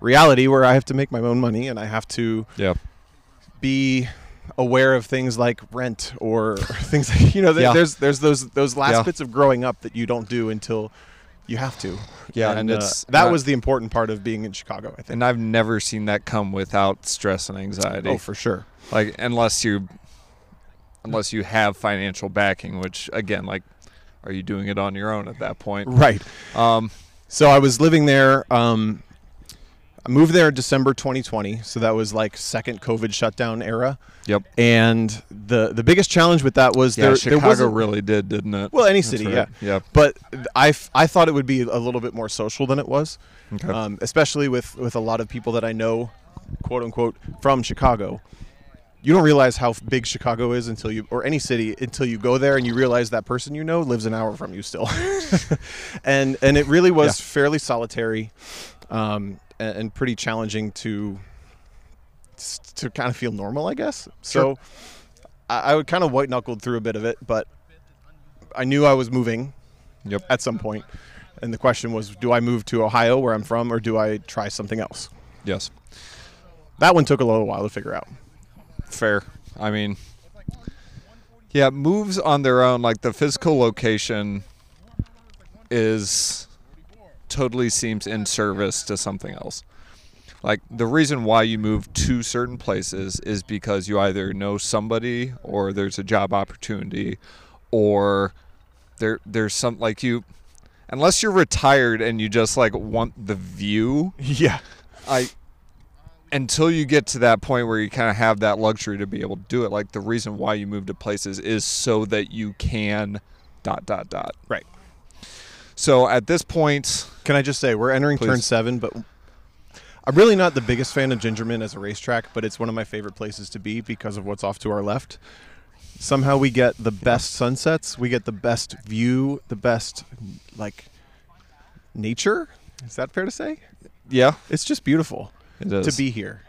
Speaker 2: reality where I have to make my own money and I have to
Speaker 1: Yeah.
Speaker 2: be aware of things like rent or things like, you know there-
Speaker 1: Yeah.
Speaker 2: there's there's those those last
Speaker 1: Yeah.
Speaker 2: bits of growing up that you don't do until you have to
Speaker 1: Yeah, and it's-
Speaker 2: that
Speaker 1: uh,
Speaker 2: was the important part of being in chicago i think
Speaker 1: And I've never seen that come without stress and anxiety.
Speaker 2: oh for sure
Speaker 1: like unless you, unless you have financial backing, which again, like, are you doing it on your own at that point?
Speaker 2: right
Speaker 1: Um.
Speaker 2: so i was living there um i moved there december 2020 so that was like second covid shutdown era
Speaker 1: Yep.
Speaker 2: and the the biggest challenge with that was
Speaker 1: Yeah,
Speaker 2: there there
Speaker 1: Chicago
Speaker 2: wasn't-
Speaker 1: really did, didn't it?
Speaker 2: Well, any
Speaker 1: That's
Speaker 2: city,
Speaker 1: right.
Speaker 2: yeah.
Speaker 1: Yep.
Speaker 2: But th- I, f- I thought it would be a little bit more social than it was,
Speaker 1: Okay.
Speaker 2: um, especially with, with a lot of people that I know, quote unquote, from Chicago. You don't realize how f- big Chicago is until you, or any city, until you go there and you realize that person you know lives an hour from you still. and and it really was fairly solitary, um, a- and, pretty challenging to s- to kind of feel normal, I guess. So I, I would kind of white knuckled through a bit of it, but I knew I was moving
Speaker 1: Yep.
Speaker 2: at some point, and the question was, do I move to Ohio, where I'm from, or do I try something else?
Speaker 1: Yes.
Speaker 2: That one took a little while to figure out.
Speaker 1: Fair. I mean, yeah, moves on their own. Like the physical location is totally seems in service to something else. Like the reason why you move to certain places is because you either know somebody or there's a job opportunity or There, there's some like you, unless you're retired and you just like want the view.
Speaker 2: Yeah.
Speaker 1: I until you get to that point where you kind of have that luxury to be able to do it. Like the reason why you move to places is so that you can dot dot dot.
Speaker 2: Right.
Speaker 1: So at this point,
Speaker 2: Can I just say we're entering turn
Speaker 1: Please.
Speaker 2: seven, but I'm really not the biggest fan of Gingerman as a racetrack, but it's one of my favorite places to be because of what's off to our left. Somehow we get the best sunsets, we get the best view, the best like nature. Is that fair to say?
Speaker 1: yeah,
Speaker 2: It's just beautiful
Speaker 1: It is.
Speaker 2: to be here.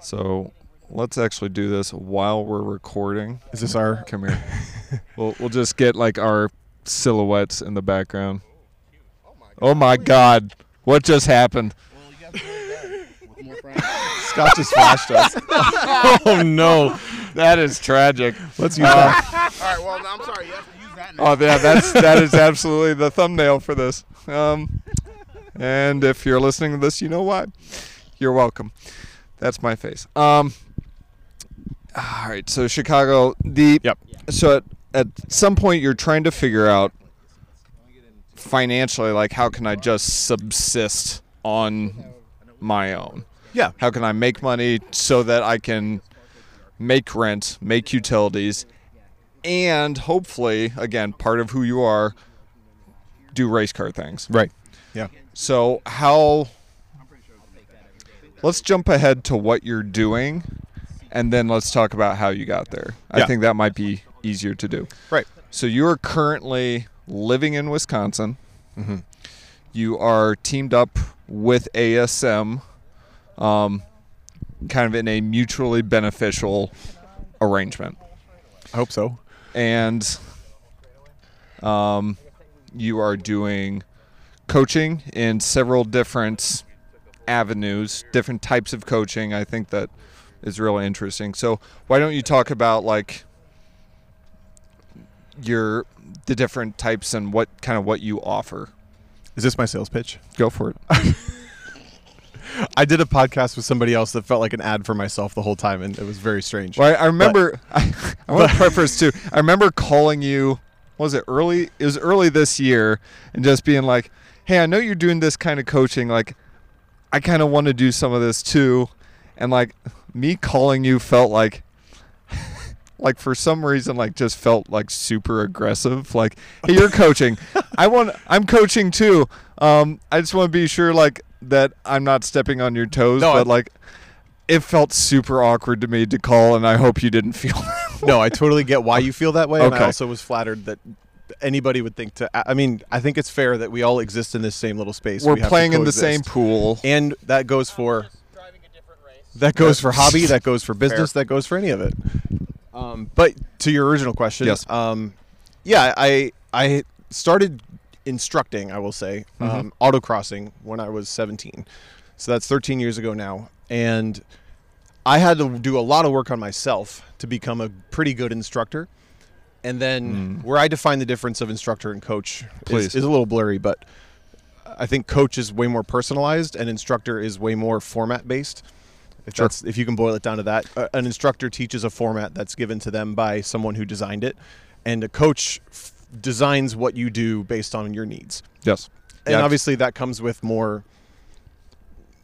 Speaker 1: So let's actually do this while we're recording.
Speaker 2: Is this our?
Speaker 1: Come here. we'll we'll just get like our silhouettes in the background. Oh my god. What just happened?
Speaker 3: Well, you guys are with more friends.
Speaker 2: Scott just flashed us. oh no!
Speaker 1: That is tragic.
Speaker 2: Let's use that.
Speaker 3: All right. Well, no, I'm sorry. You have to use that now.
Speaker 1: Oh yeah, that's that is absolutely the thumbnail for this. Um and if you're listening to this, you know why. You're welcome. That's my face. Um all right, so Chicago, the
Speaker 2: Yep.
Speaker 1: so at, at some point you're trying to figure out financially like how can i just subsist on my own
Speaker 2: Yeah.
Speaker 1: how can i make money so that i can make rent make utilities and hopefully again part of who you are do race car things
Speaker 2: Right. Yeah.
Speaker 1: so how let's jump ahead to what you're doing and then let's talk about how you got there i
Speaker 2: Yeah.
Speaker 1: think that might be easier to do
Speaker 2: Right.
Speaker 1: so you are currently living in Wisconsin. You are teamed up with ASM, um, kind of in a mutually beneficial arrangement,
Speaker 2: I hope so.
Speaker 1: and um, you are doing coaching in several different avenues, different types of coaching. I think that is really interesting. So why don't you talk about like your the different types and what kind of what you offer?
Speaker 2: Is this my sales pitch?
Speaker 1: Go for it.
Speaker 2: I did a podcast with somebody else that felt like an ad for myself the whole time, and it was very strange.
Speaker 1: Well, I, I remember. I, I want to preface too. I remember calling you. what Was it early? It was early this year, and just being like, "Hey, I know you're doing this kind of coaching. Like, I kind of want to do some of this too." And like, me calling you felt like, like for some reason, like just felt like super aggressive. Like, "Hey, you're coaching. I want. I'm coaching too. Um, I just want to be sure, like, that I'm not stepping on your toes.
Speaker 2: No, I-
Speaker 1: but like, it felt super awkward to me to call, and I hope you didn't feel. that way.
Speaker 2: no, I totally get why you feel that way. And
Speaker 1: Okay.
Speaker 2: I also was flattered that anybody would think to. I mean, I think it's fair that we all exist in this same little space.
Speaker 1: We're
Speaker 2: We have to
Speaker 1: playing in the same
Speaker 2: coexist.
Speaker 1: pool.
Speaker 2: and that goes for
Speaker 4: driving a different race.
Speaker 2: that goes for hobby, that goes for business, that goes for any of it. Um, but to your original question,
Speaker 1: Yes.
Speaker 2: um, yeah, I I started instructing, I will say, um, autocrossing when I was 17, so that's 13 years ago now, and I had to do a lot of work on myself to become a pretty good instructor. And then where I define the difference of instructor and coach
Speaker 1: Please.
Speaker 2: is, is a little blurry, but I think coach is way more personalized and instructor is way more format based. If, that's, if you can boil it down to that, uh, an instructor teaches a format that's given to them by someone who designed it, and a coach f- designs what you do based on your needs
Speaker 1: yes,
Speaker 2: and
Speaker 1: Yeah.
Speaker 2: obviously that comes with more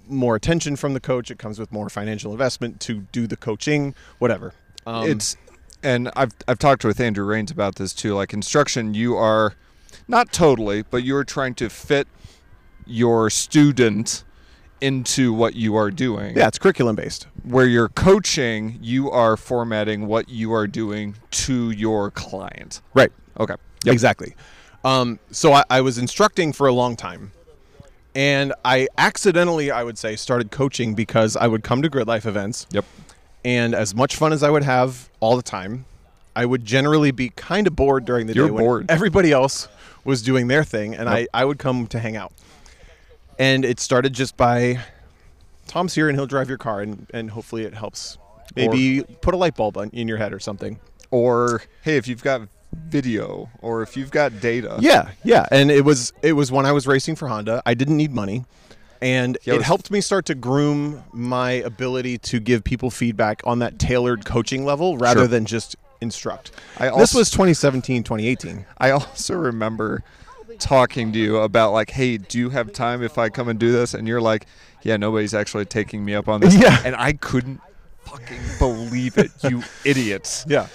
Speaker 2: more attention from the coach it comes with more financial investment to do the coaching whatever um,
Speaker 1: it's and I've I've talked with Andrew Rains about this too. Like instruction, you are not totally, but you are trying to fit your student into what you are doing.
Speaker 2: yeah it's curriculum based
Speaker 1: Where you're coaching, you are formatting what you are doing to your client.
Speaker 2: right
Speaker 1: Okay.
Speaker 2: exactly um, so I, I was instructing for a long time and i accidentally i would say started coaching because i would come to grid life events
Speaker 1: Yep.
Speaker 2: and as much fun as I would have all the time, I would generally be kind of bored during the
Speaker 1: You're
Speaker 2: day when
Speaker 1: bored.
Speaker 2: everybody else was doing their thing, and I, I would come to hang out. And it started just by Tom's here and he'll drive your car, and, and hopefully it helps. Maybe put a light bulb on, in your head or something.
Speaker 1: Or hey, if you've got video or if you've got data.
Speaker 2: Yeah, yeah. And it was it was when I was racing for Honda. I didn't need money. And
Speaker 1: Yeah, it
Speaker 2: it,
Speaker 1: was-
Speaker 2: helped me start to groom my ability to give people feedback on that tailored coaching level rather
Speaker 1: Sure.
Speaker 2: than just instruct.
Speaker 1: I
Speaker 2: this
Speaker 1: also-
Speaker 2: was 2017, 2018.
Speaker 1: I also remember talking to you about like, hey, do you have time if I come and do this? And you're like, yeah, nobody's actually taking me up on this.
Speaker 2: Yeah.
Speaker 1: And I couldn't fucking believe it, you idiots.
Speaker 2: Yeah,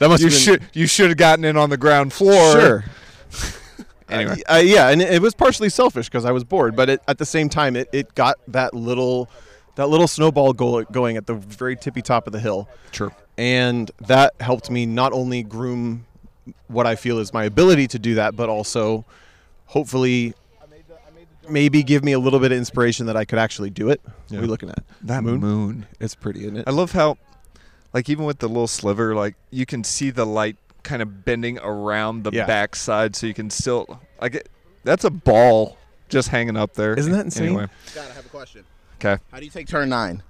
Speaker 2: that must
Speaker 1: You
Speaker 2: have been,
Speaker 1: should you should have gotten in on the ground floor.
Speaker 2: Sure.
Speaker 1: Anyway.
Speaker 2: Uh, yeah, and it was partially selfish because I was bored, but it, at the same time, it, it got that little that little snowball go- going at the very tippy top of the hill,
Speaker 1: Sure.
Speaker 2: and that helped me not only groom what I feel is my ability to do that, but also hopefully maybe give me a little bit of inspiration that I could actually do it. What are we looking at
Speaker 1: That moon. moon.
Speaker 2: It's pretty, isn't it?
Speaker 1: I love how like even with the little sliver, like you can see the light kind of bending around the
Speaker 2: Yeah.
Speaker 1: backside so you can still like it, that's a ball just hanging up there.
Speaker 2: Isn't that insane?
Speaker 1: Anyway.
Speaker 3: God, I have a question.
Speaker 1: Okay.
Speaker 3: How do you take turn nine?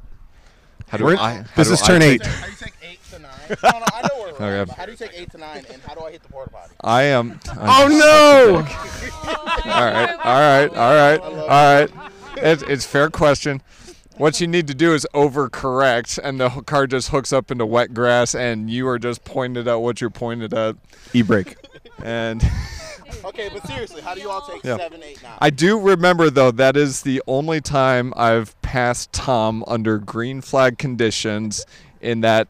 Speaker 1: How do
Speaker 2: We're-
Speaker 1: I how
Speaker 2: this
Speaker 1: do
Speaker 2: is
Speaker 1: I
Speaker 2: turn
Speaker 1: take-
Speaker 2: eight.
Speaker 3: How do you take eight to nine? No, no, I know where we're
Speaker 1: Okay.
Speaker 3: at. but How do you take eight to nine, and how do I hit the porta potty?
Speaker 1: I am
Speaker 2: Oh no!
Speaker 1: All right, all right, all right, all right. It's, it's fair question. What you need to do is overcorrect, and the car just hooks up into wet grass, and you are just pointed at what you're pointed at.
Speaker 2: E brake.
Speaker 1: And
Speaker 3: Okay, but seriously, how do you all take
Speaker 1: Yeah.
Speaker 3: seven, eight, nine?
Speaker 1: I do remember though that is the only time I've passed Tom under green flag conditions in that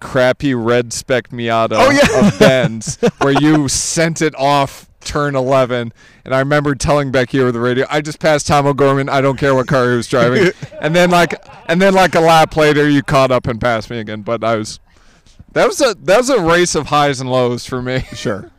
Speaker 1: crappy red spec Miata
Speaker 2: Oh, yeah.
Speaker 1: of Ben's where you sent it off turn 11 and I remember telling Becky over the radio I just passed Tom O'Gorman I don't care what car he was driving and then like and then like a lap later you caught up and passed me again but I was that was a that was a race of highs and lows for me
Speaker 2: Sure.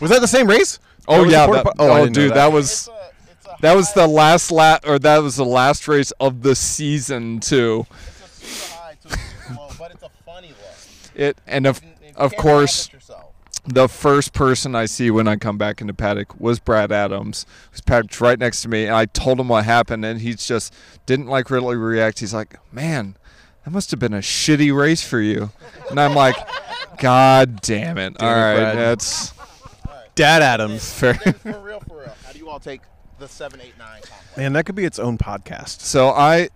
Speaker 2: Was that the same race?
Speaker 1: Oh
Speaker 2: That was
Speaker 1: yeah,
Speaker 2: a porta
Speaker 1: that,
Speaker 2: po- I
Speaker 1: oh,
Speaker 2: didn't know
Speaker 1: dude, that. was
Speaker 3: It's a, it's a
Speaker 1: that was the last lap, or that was the last race of the season too.
Speaker 3: It's a super high to a super low, but it's a funny low.
Speaker 1: It and of
Speaker 3: You- you
Speaker 1: of
Speaker 3: can't laugh
Speaker 1: course,
Speaker 3: at yourself.
Speaker 1: the first person I see when I come back into paddock was Brad Adams, who's paddocked right next to me, and I told him what happened, and he just didn't like really react. He's like, "Man, that must have been a shitty race for you," and I'm like, "God damn it! All
Speaker 2: it,
Speaker 1: right,
Speaker 2: Brad."
Speaker 1: that's
Speaker 2: Dad Adams.
Speaker 1: fair."
Speaker 3: For real, for real. How do you all take the seven, eight, nine? combo?
Speaker 2: Man, that could be its own podcast.
Speaker 1: So I,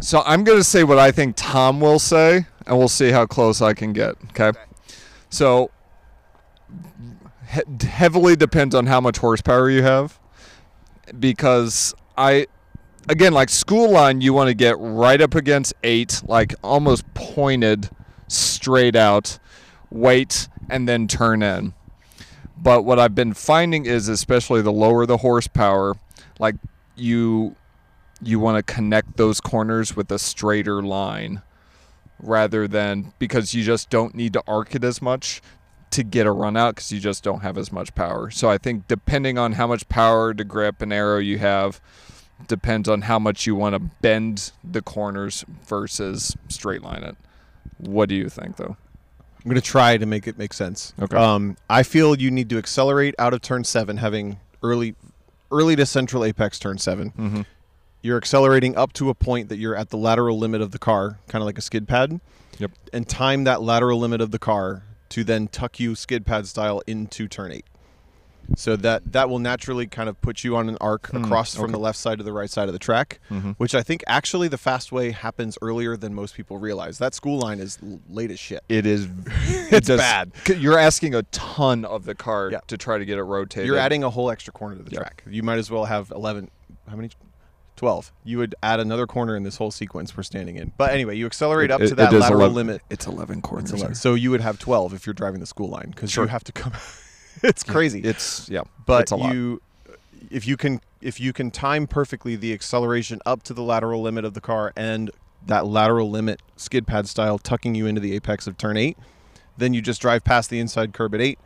Speaker 1: so I'm gonna say what I think Tom will say, and we'll see how close I can get. Okay. So he- heavily depends on how much horsepower you have, because I, again, like school line, you want to get right up against eight, like almost pointed straight out, wait, and then turn in. But what I've been finding is, especially the lower the horsepower, like you you want to connect those corners with a straighter line rather than because you just don't need to arc it as much to get a run out because you just don't have as much power. So I think depending on how much power to grip an arrow you have depends on how much you want to bend the corners versus straight line it. What do you think though?
Speaker 2: I'm gonna try to make it make sense.
Speaker 1: Okay.
Speaker 2: Um, I feel you need to accelerate out of turn seven, having early, early to central apex turn 7 Mm-hmm. You're accelerating up to a point that you're at the lateral limit of the car, kind of like a skid pad,
Speaker 1: Yep.
Speaker 2: and time that lateral limit of the car to then tuck you skid pad style into turn eight. So that that will naturally kind of put you on an arc across from the left side to the right side of the track, which I think actually the fast way happens earlier than most people realize. That school line is l- late as shit.
Speaker 1: It is it's
Speaker 2: bad.
Speaker 1: You're asking a ton of the car
Speaker 2: Yeah.
Speaker 1: to try to get it rotated.
Speaker 2: You're adding a whole extra corner to the
Speaker 1: Yeah.
Speaker 2: track. You might as well have 11. How many? 12. You would add another corner in this whole sequence we're standing in. But anyway, you accelerate up to that lateral limit.
Speaker 1: It's 11 corners.
Speaker 2: So you would have 12 if you're driving the school line because you have to come. it's crazy.
Speaker 1: It's yeah,
Speaker 2: but
Speaker 1: it's a lot.
Speaker 2: you if you can if you can time perfectly the acceleration up to the lateral limit of the car and that lateral limit skid pad style tucking you into the apex of turn 8 then you just drive past the inside curb at 8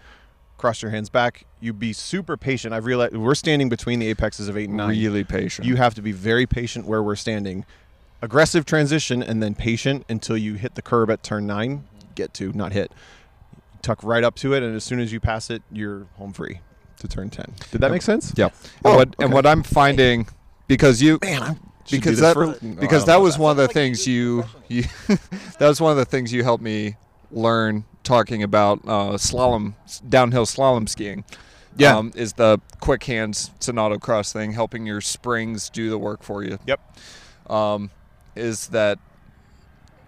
Speaker 2: cross your hands back you be super patient i've realized we're standing between the apexes of 8 and 9
Speaker 1: really patient.
Speaker 2: you have to be very patient where we're standing aggressive transition and then patient until you hit the curb at turn 9 get to not hit tuck right up to it and as soon as you pass it you're home free to turn 10 did that make sense
Speaker 1: yeah.
Speaker 2: Oh,
Speaker 1: and, what, and what I'm finding because you
Speaker 2: man I'm, should do
Speaker 1: because
Speaker 2: this
Speaker 1: that
Speaker 2: for- no, I
Speaker 1: because
Speaker 2: don't
Speaker 1: that
Speaker 2: know
Speaker 1: was one of the
Speaker 3: Like you
Speaker 1: things
Speaker 3: do
Speaker 1: you you that was one of the things you helped me learn talking about uh, slalom downhill slalom skiing.
Speaker 2: Yeah.
Speaker 1: um, is the quick hands Sonato cross thing helping your springs do the work for you?
Speaker 2: yep
Speaker 1: um, is that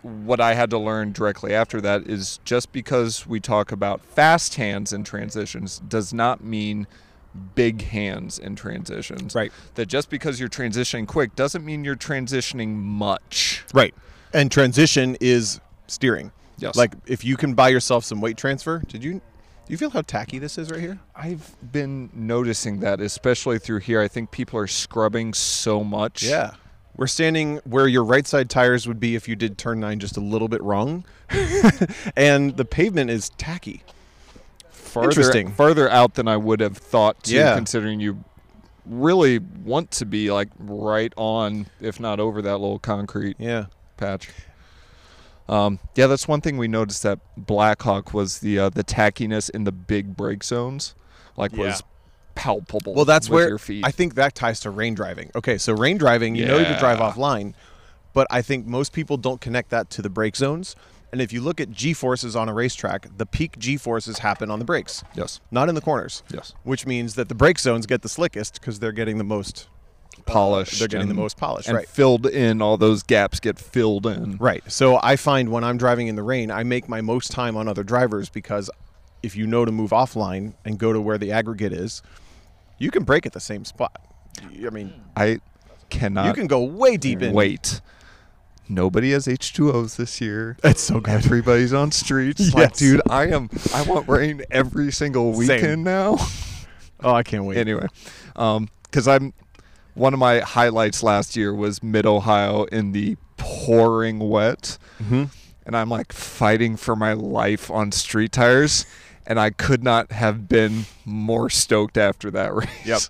Speaker 1: what I had to learn directly after that is just because we talk about fast hands in transitions does not mean big hands in transitions.
Speaker 2: Right.
Speaker 1: That just because you're transitioning quick doesn't mean you're transitioning much.
Speaker 2: Right. And transition is steering.
Speaker 1: Yes.
Speaker 2: Like if you can buy yourself some weight transfer, did you do you feel how tacky this is right here?
Speaker 1: I've been noticing that, especially through here. I think people are scrubbing so much.
Speaker 2: We're standing where your right side tires would be if you did turn nine just a little bit wrong. and the pavement is tacky.
Speaker 1: Farther,
Speaker 2: Interesting.
Speaker 1: Farther out than I would have thought to,
Speaker 2: Yeah.
Speaker 1: considering you really want to be like right on, if not over that little concrete
Speaker 2: Yeah.
Speaker 1: patch. Um, yeah, that's one thing we noticed that Blackhawk was the uh, the tackiness in the big brake zones, like
Speaker 2: Yeah.
Speaker 1: was palpable.
Speaker 2: Well, that's
Speaker 1: with
Speaker 2: where
Speaker 1: your feet.
Speaker 2: I think that ties to rain driving. Okay, so rain driving, you know you can drive
Speaker 1: Yeah.
Speaker 2: offline, but I think most people don't connect that to the brake zones. And if you look at G forces on a racetrack, the peak G forces happen on the brakes.
Speaker 1: yes,
Speaker 2: not in the corners.
Speaker 1: Yes.
Speaker 2: Which means that the brake zones get the slickest because they're getting the most.
Speaker 1: polished.
Speaker 2: they're getting the
Speaker 1: and-
Speaker 2: most polish,
Speaker 1: and
Speaker 2: right.
Speaker 1: Filled in, all those gaps get filled in.
Speaker 2: Right. So I find when I'm driving in the rain, I make my most time on other drivers because if you know to move offline and go to where the aggregate is, you can brake at the same spot. You- I mean,
Speaker 1: I cannot.
Speaker 2: you can go way deep in.
Speaker 1: Uh, wait. Nobody has H two O's this year.
Speaker 2: That's so good.
Speaker 1: Everybody's on streets. Like,
Speaker 2: Yes.
Speaker 1: dude, I am. I want rain every single weekend now.
Speaker 2: Oh, I can't wait.
Speaker 1: anyway, because I'm one of my highlights last year was Mid Ohio in the pouring wet,
Speaker 2: Mm-hmm.
Speaker 1: and I'm like fighting for my life on street tires, and I could not have been more stoked after that race.
Speaker 2: Yep.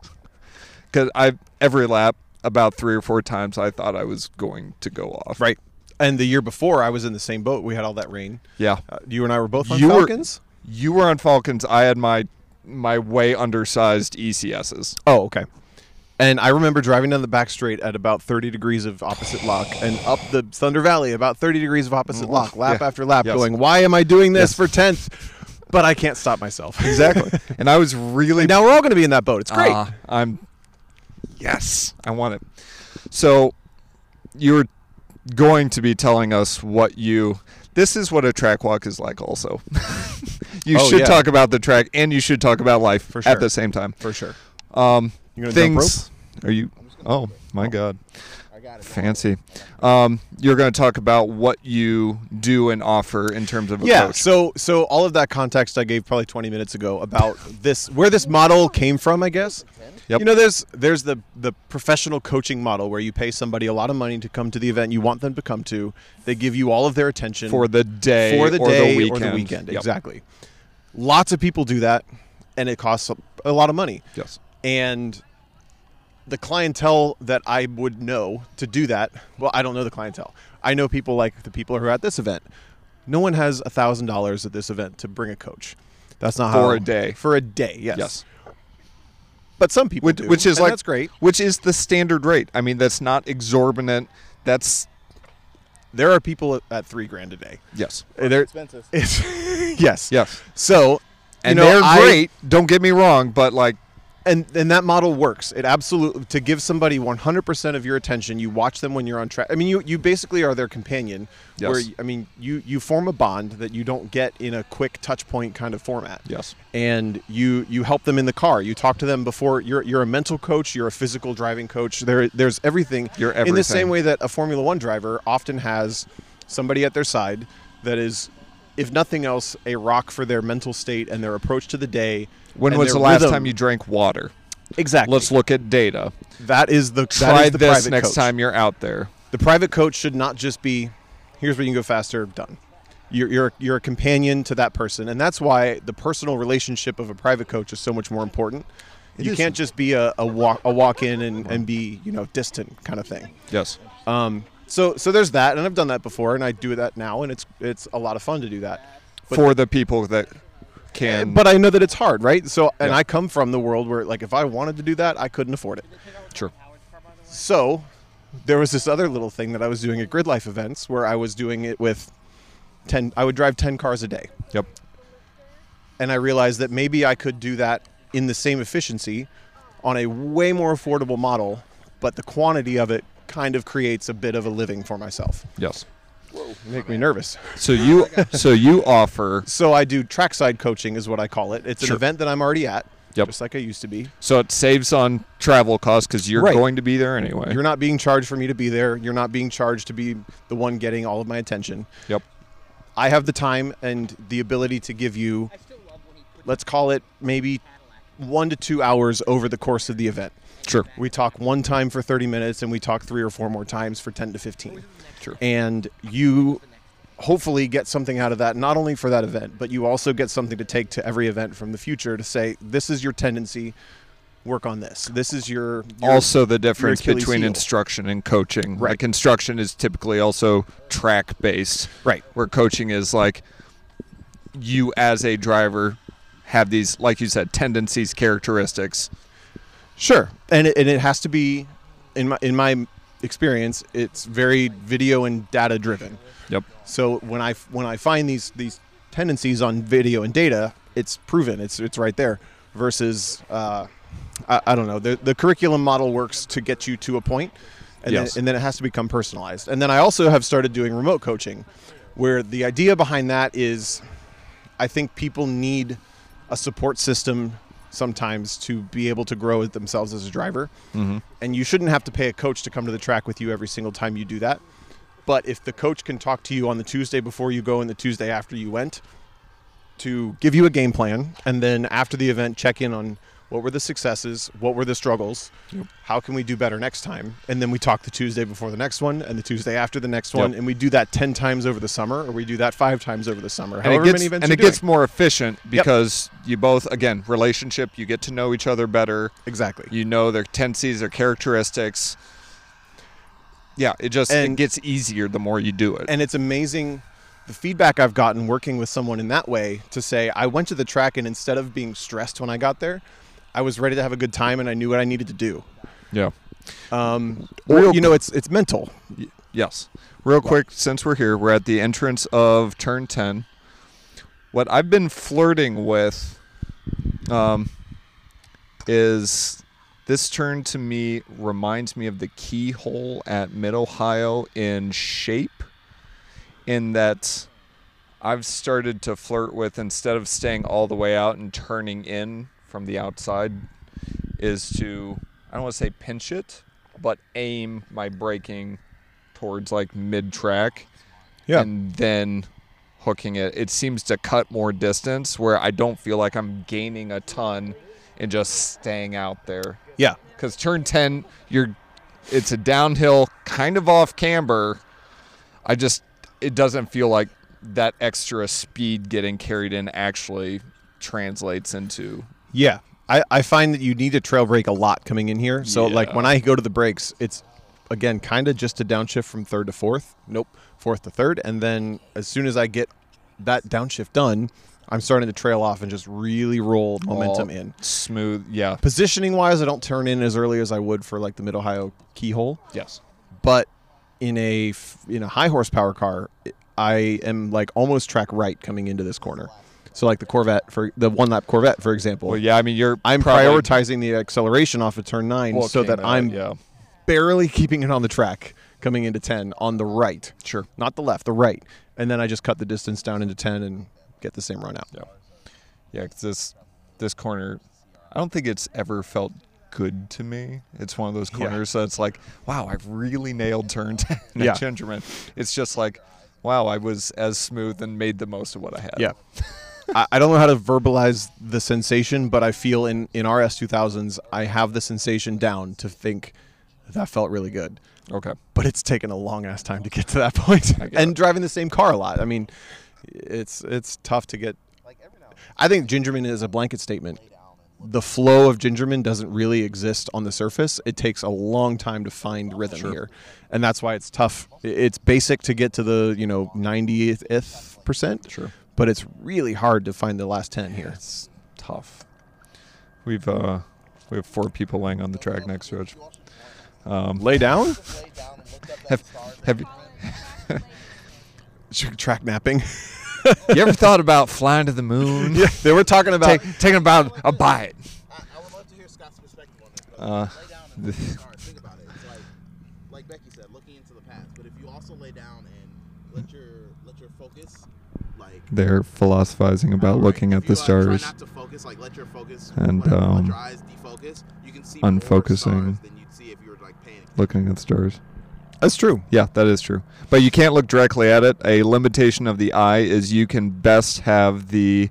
Speaker 1: because I every lap about three or four times I thought I was going to go off.
Speaker 2: Right. And the year before, I was in the same boat. We had all that rain.
Speaker 1: Yeah.
Speaker 2: Uh, you and I were both on
Speaker 1: You were-
Speaker 2: Falcons.
Speaker 1: You were on Falcons. I had my my way undersized E ECSs.
Speaker 2: Oh, okay. And I remember driving down the back straight at about 30 degrees of opposite lock and up the Thunder Valley about 30 degrees of opposite lock, lap
Speaker 1: Mm-hmm. yeah.
Speaker 2: after lap,
Speaker 1: Yes.
Speaker 2: going, why am I doing this for 10th? But I can't stop myself.
Speaker 1: Exactly. and I was really
Speaker 2: now we're all going to be in that boat. It's great.
Speaker 1: Ah, I'm yes, I want it. So you're going to be telling us what you this is what a track walk is like also. you
Speaker 2: Oh,
Speaker 1: should
Speaker 2: yeah.
Speaker 1: talk about the track and you should talk about life
Speaker 2: For
Speaker 1: at
Speaker 2: sure.
Speaker 1: the same time.
Speaker 2: for sure.
Speaker 1: Um
Speaker 2: You gonna jump
Speaker 1: things are you Oh my god.
Speaker 3: I got it.
Speaker 1: Fancy. Um, you're going to talk about what you do and offer in terms of a
Speaker 2: Yeah.
Speaker 1: coach.
Speaker 2: So, so all of that context I gave probably 20 minutes ago about this, where this model came from, I guess.
Speaker 1: Yep.
Speaker 2: You know, there's there's the the professional coaching model where you pay somebody a lot of money to come to the event you want them to come to. They give you all of their attention
Speaker 1: for the day
Speaker 2: for the
Speaker 1: or the
Speaker 2: day or
Speaker 1: weekend.
Speaker 2: the weekend.
Speaker 1: Yep.
Speaker 2: Exactly. Lots of people do that, and it costs a, a lot of money.
Speaker 1: Yes.
Speaker 2: And the clientele that I would know to do that, well, I don't know the clientele. I know people like the people who are at this event. No one has a thousand dollars at this event to bring a coach. That's not
Speaker 1: For
Speaker 2: how
Speaker 1: a day.
Speaker 2: For a day, yes.
Speaker 1: Yes.
Speaker 2: But some people
Speaker 1: which,
Speaker 2: do,
Speaker 1: which is
Speaker 2: and
Speaker 1: like
Speaker 2: that's great.
Speaker 1: Which is the standard rate. I mean, that's not exorbitant. That's
Speaker 2: There are people at three grand a day.
Speaker 1: yes,
Speaker 2: There,
Speaker 3: Expenses.
Speaker 2: it's, yes.
Speaker 1: yes,
Speaker 2: So,
Speaker 1: and
Speaker 2: you know,
Speaker 1: they're
Speaker 2: I-
Speaker 1: great. Don't get me wrong, but like
Speaker 2: and and that model works. It absolutely to give somebody 100% of your attention. You watch them when you're on track. I mean, you you basically are their companion.
Speaker 1: Yes.
Speaker 2: Where I mean, you you form a bond that you don't get in a quick touch point kind of format.
Speaker 1: yes,
Speaker 2: And you you help them in the car. You talk to them before. You're you're a mental coach. You're a physical driving coach. There there's everything.
Speaker 1: You're
Speaker 2: in the
Speaker 1: everything.
Speaker 2: same way that a Formula One driver often has somebody at their side that is. If nothing else, a rock for their mental state and their approach to the day.
Speaker 1: when
Speaker 2: and
Speaker 1: was
Speaker 2: their
Speaker 1: the last
Speaker 2: rhythm.
Speaker 1: time you drank water?
Speaker 2: Exactly.
Speaker 1: Let's look at data.
Speaker 2: That is the that
Speaker 1: Try
Speaker 2: is the
Speaker 1: this
Speaker 2: private
Speaker 1: next
Speaker 2: coach.
Speaker 1: time you're out there.
Speaker 2: The private coach should not just be, here's where you can go faster. Done. You're you're you're a companion to that person, and that's why the personal relationship of a private coach is so much more important. you
Speaker 1: is.
Speaker 2: can't just be a, a walk a walk in and, and be you know distant kind of thing.
Speaker 1: Yes,
Speaker 2: Um. So so there's that, and I've done that before, and I do that now, and it's it's a lot of fun to do that. But
Speaker 1: for the people that can.
Speaker 2: but I know that it's hard, right? So, and
Speaker 1: Yeah.
Speaker 2: I come from the world where, like, if I wanted to do that, I couldn't afford it.
Speaker 1: sure,
Speaker 2: So, there was this other little thing that I was doing at Grid Life events where I was doing it with 10 I would drive 10 cars a day.
Speaker 1: yep,
Speaker 2: And I realized that maybe I could do that in the same efficiency on a way more affordable model, but the quantity of it kind of creates a bit of a living for myself.
Speaker 1: yes,
Speaker 2: Make me nervous.
Speaker 1: So you so you offer
Speaker 2: So I do trackside coaching, is what I call it. It's an
Speaker 1: Sure.
Speaker 2: event that I'm already at,
Speaker 1: Yep.
Speaker 2: just like I used to be.
Speaker 1: so it saves on travel costs because you're
Speaker 2: Right.
Speaker 1: going to be there anyway.
Speaker 2: You're not being charged for me to be there. You're not being charged to be the one getting all of my attention.
Speaker 1: yep.
Speaker 2: I have the time and the ability to give you, let's call it maybe one to two hours over the course of the event.
Speaker 1: Sure.
Speaker 2: We talk one time for 30 minutes and we talk three or four more times for 10 to 15.
Speaker 1: Sure.
Speaker 2: And you hopefully get something out of that, not only for that event, but you also get something to take to every event from the future to say, this is your tendency, work on this. This is your. your
Speaker 1: also the difference
Speaker 2: Achilles
Speaker 1: between
Speaker 2: heel.
Speaker 1: instruction and coaching.
Speaker 2: Right.
Speaker 1: Like instruction is typically also track based.
Speaker 2: Right.
Speaker 1: Where coaching is like you as a driver have these like you said tendencies, characteristics.
Speaker 2: Sure, and it, and it has to be, in my in my experience, it's very video and data driven.
Speaker 1: Yep.
Speaker 2: So when I when I find these these tendencies on video and data, it's proven. It's it's right there. Versus, uh, I, I don't know. The the curriculum model works to get you to a point, and
Speaker 1: Yes.
Speaker 2: then, and then it has to become personalized. And then I also have started doing remote coaching, where the idea behind that is I think people need a support system sometimes to be able to grow it themselves as a driver. And you shouldn't have to pay a coach to come to the track with you every single time you do that. But if the coach can talk to you on the Tuesday before you go and the Tuesday after you went to give you a game plan, and then after the event, check in on what were the successes, what were the struggles, how can we do better next time? And then we talk the Tuesday before the next one and the Tuesday after the next one. And we do that 10 times over the summer, or we do that five times over the summer.
Speaker 1: And
Speaker 2: however
Speaker 1: it gets
Speaker 2: many events
Speaker 1: and
Speaker 2: you're
Speaker 1: it gets
Speaker 2: doing.
Speaker 1: more efficient because you both again, relationship, you get to know each other better.
Speaker 2: Exactly.
Speaker 1: You know their tendencies, their characteristics. Yeah, it just it
Speaker 2: And-
Speaker 1: gets easier the more you do it.
Speaker 2: and it's amazing the feedback I've gotten working with someone in that way to say I went to the track and instead of being stressed when I got there, I was ready to have a good time and I knew what I needed to do.
Speaker 1: yeah.
Speaker 2: Um,
Speaker 1: Real
Speaker 2: or, you know, it's it's mental.
Speaker 1: Yes. Real quick, since we're here, we're at the entrance of turn 10. What I've been flirting with um, is this turn to me reminds me of the keyhole at Mid Ohio in shape, in that I've started to flirt with instead of staying all the way out and turning in from the outside, is to, I don't want to say pinch it, but aim my braking towards like mid track
Speaker 2: Yeah.
Speaker 1: and then hooking it. It seems to cut more distance where I don't feel like I'm gaining a ton and just staying out there.
Speaker 2: yeah.
Speaker 1: Because turn 10, you're it's a downhill kind of off camber. I just it doesn't feel like that extra speed getting carried in actually translates into
Speaker 2: Yeah. I, I find that you need to trail brake a lot coming in here. So like
Speaker 1: Yeah.
Speaker 2: when I go to the brakes, it's again kind of just a downshift from third to fourth. Nope, fourth to third, and then as soon as I get that downshift done, I'm starting to trail off and just really roll momentum
Speaker 1: all
Speaker 2: in.
Speaker 1: smooth. Yeah.
Speaker 2: Positioning wise, I don't turn in as early as I would for like the Mid Ohio keyhole,
Speaker 1: Yes.
Speaker 2: but in a f- in a high horsepower car, I am like almost track right coming into this corner. So like the Corvette for the one lap Corvette, for example,
Speaker 1: Well, yeah. I mean, you're
Speaker 2: I'm
Speaker 1: probably
Speaker 2: prioritizing the acceleration off of turn nine so
Speaker 1: looking
Speaker 2: that
Speaker 1: at-
Speaker 2: I'm
Speaker 1: yeah.
Speaker 2: barely keeping it on the track coming into 10 on the right.
Speaker 1: Sure.
Speaker 2: Not the left, the right. And then I just cut the distance down into 10 and get the same run out.
Speaker 1: Yeah, yeah. 'cause this this corner, I don't think it's ever felt good to me. It's one of those corners that's like, wow, I really nailed turn ten at
Speaker 2: Yeah.
Speaker 1: Gingerman. It's just like, wow, I was as smooth and made the most of what I had.
Speaker 2: Yeah. I, I don't know how to verbalize the sensation, but I feel in, in RS 2000s, I have the sensation down to think that felt really good.
Speaker 1: Okay.
Speaker 2: But it's taken a long ass time to get to that point. and driving the same car a lot. I mean, it's it's tough to get
Speaker 3: Like every now and then,
Speaker 2: I think Gingerman is a blanket statement. The flow of Gingerman doesn't really exist on the surface. It takes a long time to find rhythm here, and that's why it's tough. I- It's basic to get to the you know 90th percent,
Speaker 1: Sure.
Speaker 2: but it's really hard to find the last ten here.
Speaker 1: It's tough. We've uh we have four people laying on the track next to us. Um,
Speaker 2: Lay down,
Speaker 3: lay down and looked up at
Speaker 1: have
Speaker 3: the stars.
Speaker 1: have you,
Speaker 2: track napping.
Speaker 1: you ever thought about flying to the moon?
Speaker 2: yeah, they were talking about.
Speaker 1: Take, taking about a bite.
Speaker 3: I, I would love to hear Scott's perspective on this. But
Speaker 1: Uh,
Speaker 3: lay down and look at the stars. Think about it. It's like, like Becky said, looking into the past. But if you also lay down and let your let your focus like
Speaker 1: They're philosophizing about
Speaker 3: Right.
Speaker 1: looking
Speaker 3: If
Speaker 1: at the
Speaker 3: you, like,
Speaker 1: stars.
Speaker 3: Try not to focus, like let your focus
Speaker 1: And,
Speaker 3: like, let
Speaker 1: um,
Speaker 3: your eyes defocus. You can see
Speaker 1: unfocusing.
Speaker 3: More stars than you'd see if you were like paying attention.
Speaker 1: looking at the stars.
Speaker 2: That's true.
Speaker 1: Yeah, that is true. But you can't look directly at it. A limitation of the eye is you can best have the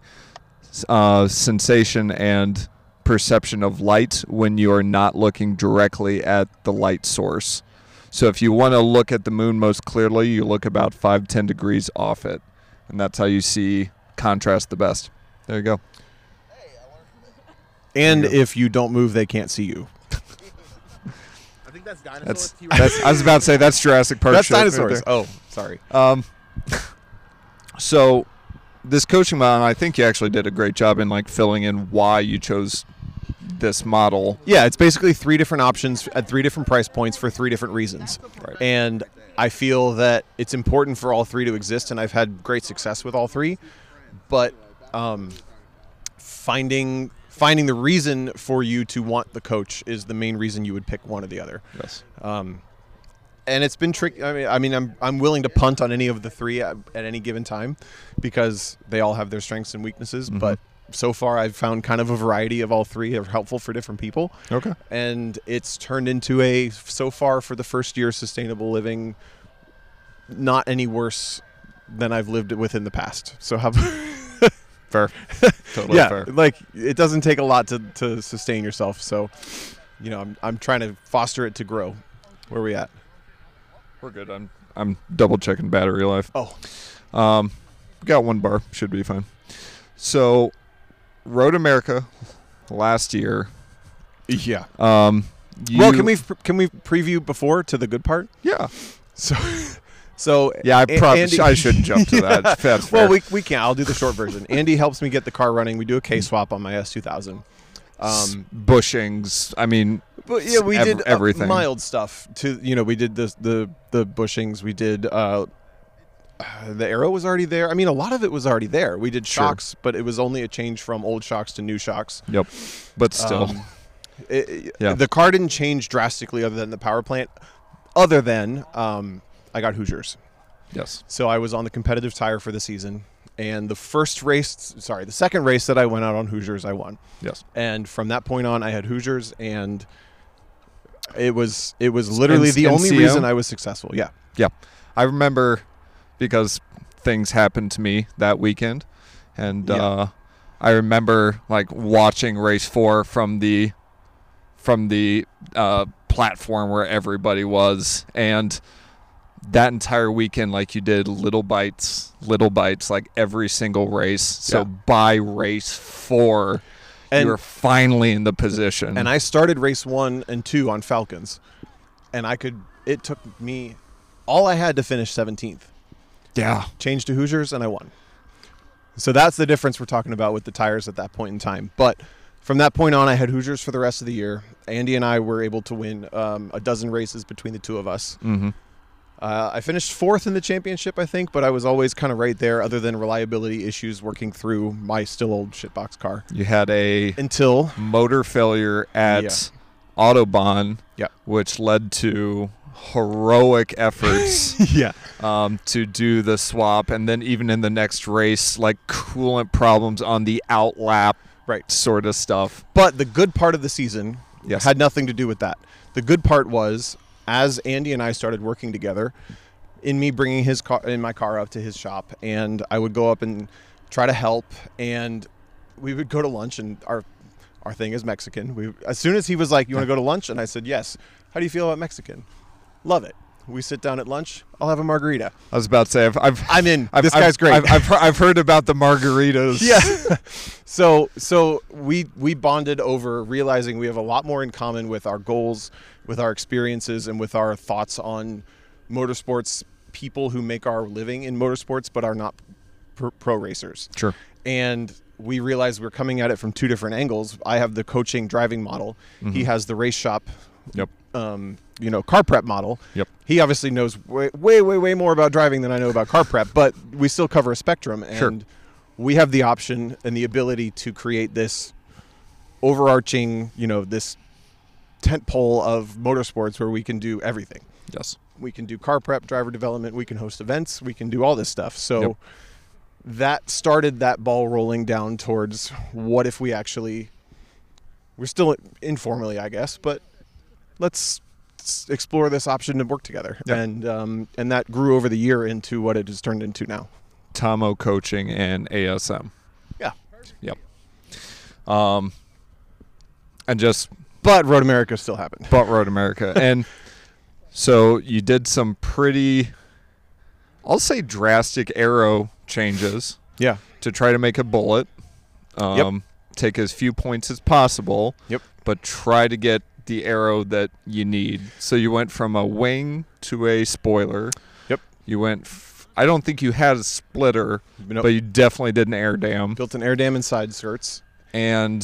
Speaker 1: uh, sensation and perception of light when you are not looking directly at the light source. So if you want to look at the moon most clearly, you look about five ten degrees off it. And that's how you see contrast the best. There you go.
Speaker 2: And if you don't move, they can't see you.
Speaker 3: I think that's dinosaurs.
Speaker 1: That's,
Speaker 3: T-Rex.
Speaker 1: that's I was about to say that's Jurassic Park.
Speaker 2: That's
Speaker 1: shit right
Speaker 2: dinosaurs.
Speaker 1: there.
Speaker 2: Oh, sorry.
Speaker 1: Um, so this coaching model, I think you actually did a great job in like filling in why you chose this model.
Speaker 2: Yeah, it's basically three different options at three different price points for three different reasons. And I feel that it's important for all three to exist, and I've had great success with all three. But um, finding finding the reason for you to want the coach is the main reason you would pick one or the other.
Speaker 1: Yes.
Speaker 2: and it's been tricky. I mean, I mean, I'm I'm willing to punt on any of the three at, at any given time because they all have their strengths and weaknesses. But so far, I've found kind of a variety of all three are helpful for different people.
Speaker 1: Okay.
Speaker 2: and it's turned into a so far for the first year sustainable living, not any worse than I've lived with in the past. So how?
Speaker 1: Fair. Totally
Speaker 2: yeah,
Speaker 1: fair.
Speaker 2: like it doesn't take a lot to to sustain yourself. So, you know, I'm I'm trying to foster it to grow. Where we at?
Speaker 1: We're good. I'm I'm double checking battery life.
Speaker 2: Oh,
Speaker 1: Um, got one bar. Should be fine. So, Road America last year.
Speaker 2: yeah.
Speaker 1: Um,
Speaker 2: well,
Speaker 1: you-
Speaker 2: can we Um, can we preview before to the good part?
Speaker 1: Yeah.
Speaker 2: So, so
Speaker 1: Yeah. I
Speaker 2: A-
Speaker 1: probably
Speaker 2: Andy-
Speaker 1: I shouldn't jump to that. That's fair.
Speaker 2: well, we we can. I'll do the short version. Andy helps me get the car running. We do a K swap on my S two thousand. Um,
Speaker 1: bushings. I mean,
Speaker 2: But yeah, we
Speaker 1: ev-
Speaker 2: did uh,
Speaker 1: everything.
Speaker 2: mild stuff. To you know, we did the the the bushings. We did uh, the arrow was already there. I mean, a lot of it was already there. We did
Speaker 1: Sure.
Speaker 2: shocks, but it was only a change from old shocks to new shocks.
Speaker 1: yep. But still,
Speaker 2: Um, it- it-
Speaker 1: Yeah.
Speaker 2: The car didn't change drastically, other than the power plant. Other than um, I got Hoosiers.
Speaker 1: yes.
Speaker 2: So I was on the competitive tire for the season, and the first race, sorry, the second race that I went out on Hoosiers, I won.
Speaker 1: Yes.
Speaker 2: And from that point on, I had Hoosiers, and it was it was literally the only
Speaker 1: NCO?
Speaker 2: reason I was successful. Yeah,
Speaker 1: Yeah. I remember because things happened to me that weekend. And
Speaker 2: Yeah.
Speaker 1: uh, I remember like watching race four from the from the uh, platform where everybody was and that entire weekend like you did little bites little bites like every single race so
Speaker 2: Yeah.
Speaker 1: by race four
Speaker 2: And-
Speaker 1: you were finally in the position
Speaker 2: and I started race one and two on Falcons, and I could. It took me all I had to finish 17th.
Speaker 1: yeah
Speaker 2: Changed to Hoosiers, and I won. So that's the difference we're talking about with the tires at that point in time. But from that point on, I had Hoosiers for the rest of the year. Andy and I were able to win um, a dozen races between the two of us.
Speaker 1: mm-hmm.
Speaker 2: Uh, I finished fourth in the championship, I think, but I was always kind of right there, other than reliability issues working through my still old shitbox car.
Speaker 1: you had a
Speaker 2: Until,
Speaker 1: motor failure at
Speaker 2: Yeah.
Speaker 1: Autobahn,
Speaker 2: Yeah.
Speaker 1: which led to heroic efforts
Speaker 2: yeah,
Speaker 1: um, to do the swap. And then even in the next race, like coolant problems on the outlap
Speaker 2: right.
Speaker 1: sort of stuff.
Speaker 2: But the good part of the season
Speaker 1: Yes.
Speaker 2: had nothing to do with that. The good part was as Andy and I started working together, in me bringing his car in my car up to his shop, and I would go up and try to help, and we would go to lunch, and our our thing is Mexican. We as soon as he was like, "You want to go to lunch?" and I said, "Yes." How do you feel about Mexican? Love it. We sit down at lunch. I'll have a margarita.
Speaker 1: I was about to say, I've, I've,
Speaker 2: I'm in.
Speaker 1: I've
Speaker 2: this
Speaker 1: I've-
Speaker 2: guy's great.
Speaker 1: I've, I've, he- I've heard about the margaritas.
Speaker 2: Yeah. so so we we bonded over realizing we have a lot more in common with our goals, with our experiences, and with our thoughts on motorsports. People who make our living in motorsports but are not pr- pro racers.
Speaker 1: Sure.
Speaker 2: And we realized we're coming at it from two different angles. I have the coaching driving model. He has the race shop
Speaker 1: Yep.
Speaker 2: um, you know, car prep model.
Speaker 1: Yep.
Speaker 2: He obviously knows way, way, way, way more about driving than I know about car prep, but we still cover a spectrum, and
Speaker 1: Sure.
Speaker 2: we have the option and the ability to create this overarching, you know, this tent pole of motorsports where we can do everything.
Speaker 1: Yes.
Speaker 2: We can do car prep, driver development. We can host events. We can do all this stuff. So
Speaker 1: Yep.
Speaker 2: that started that ball rolling down towards what if we actually we're still informally, I guess, but let's s- explore this option and work together.
Speaker 1: Yeah.
Speaker 2: And um, and that grew over the year into what it has turned into now.
Speaker 1: Tomo coaching and ASM.
Speaker 2: Yeah.
Speaker 1: Yep. Um, and just
Speaker 2: But Road America still happened.
Speaker 1: butt road America. and so you did some pretty, I'll say drastic arrow changes
Speaker 2: Yeah.
Speaker 1: to try to make a bullet. Um, Take as few points as possible.
Speaker 2: Yep.
Speaker 1: But try to get the arrow that you need. So you went from a wing to a spoiler.
Speaker 2: Yep.
Speaker 1: You went. F- I don't think you had a splitter,
Speaker 2: Nope.
Speaker 1: but you definitely did an air dam.
Speaker 2: Built an air dam and side skirts.
Speaker 1: And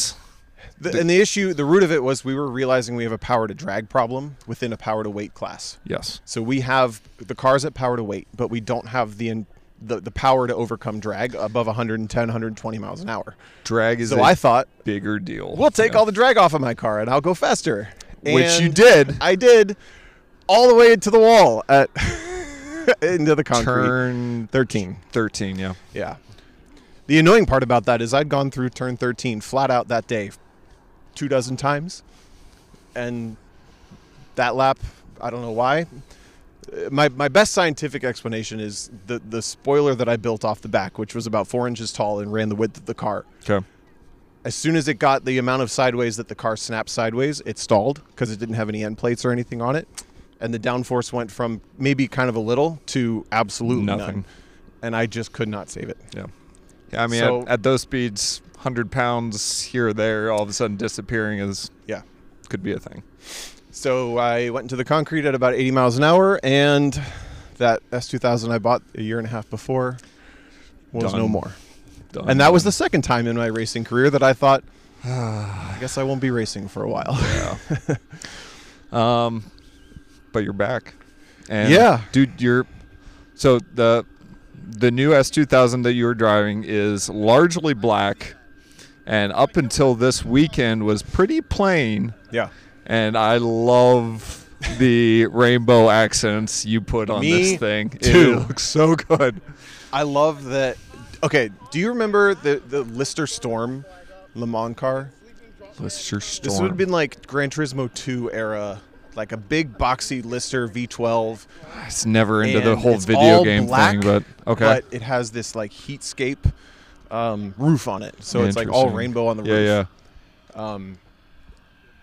Speaker 2: The, and the issue, the root of it was we were realizing we have a power to drag problem within a power to weight class.
Speaker 1: yes,
Speaker 2: So we have the cars at power to weight, but we don't have the in, the, the power to overcome drag above 110, 120 miles an hour.
Speaker 1: drag is
Speaker 2: So
Speaker 1: a
Speaker 2: I thought
Speaker 1: bigger deal.
Speaker 2: we'll take
Speaker 1: Yeah.
Speaker 2: all the drag off of my car and I'll go faster.
Speaker 1: Which you
Speaker 2: And
Speaker 1: did.
Speaker 2: I did, all the way to the wall at into the concrete.
Speaker 1: turn
Speaker 2: 13.
Speaker 1: thirteen. Yeah.
Speaker 2: Yeah. The annoying part about that is I'd gone through turn 13 flat out that day two dozen times. And that lap, I don't know why. Uh, My, my best scientific explanation is the, the spoiler that I built off the back, which was about four inches tall and ran the width of the car.
Speaker 1: Okay.
Speaker 2: As soon as it got the amount of sideways that the car snapped sideways, it stalled because it didn't have any end plates or anything on it. And the downforce went from maybe kind of a little to absolute
Speaker 1: Nothing.
Speaker 2: none. And I just could not save it.
Speaker 1: Yeah. Yeah. I mean,
Speaker 2: So-
Speaker 1: at, at those speeds, hundred pounds here or there, all of a sudden disappearing is
Speaker 2: Yeah.
Speaker 1: could be a thing.
Speaker 2: So I went into the concrete at about 80 miles an hour, and that S2000 I bought a year and a half before was
Speaker 1: Done.
Speaker 2: no more.
Speaker 1: Done.
Speaker 2: And that was the second time in my racing career that I thought, "Ah, I guess I won't be racing for a while.
Speaker 1: Um, but you're back. And
Speaker 2: Yeah.
Speaker 1: dude, you're. So the the new S2000 that you were driving is largely black, and up until this weekend was pretty plain.
Speaker 2: yeah.
Speaker 1: And I love the rainbow accents you put on
Speaker 2: Me
Speaker 1: this thing.
Speaker 2: too.
Speaker 1: It looks so good.
Speaker 2: I love that. Okay, do you remember the, the Lister Storm Le Mans car?
Speaker 1: This your storm.
Speaker 2: This would have been like Gran Turismo 2 era, like a big boxy Lister V12.
Speaker 1: It's never into the
Speaker 2: and
Speaker 1: whole
Speaker 2: it's
Speaker 1: video
Speaker 2: all
Speaker 1: game
Speaker 2: black,
Speaker 1: thing, but okay.
Speaker 2: But it has this like heatscape um, roof on it, so it's like all
Speaker 1: Interesting.
Speaker 2: rainbow on the
Speaker 1: yeah,
Speaker 2: roof.
Speaker 1: yeah.
Speaker 2: Um,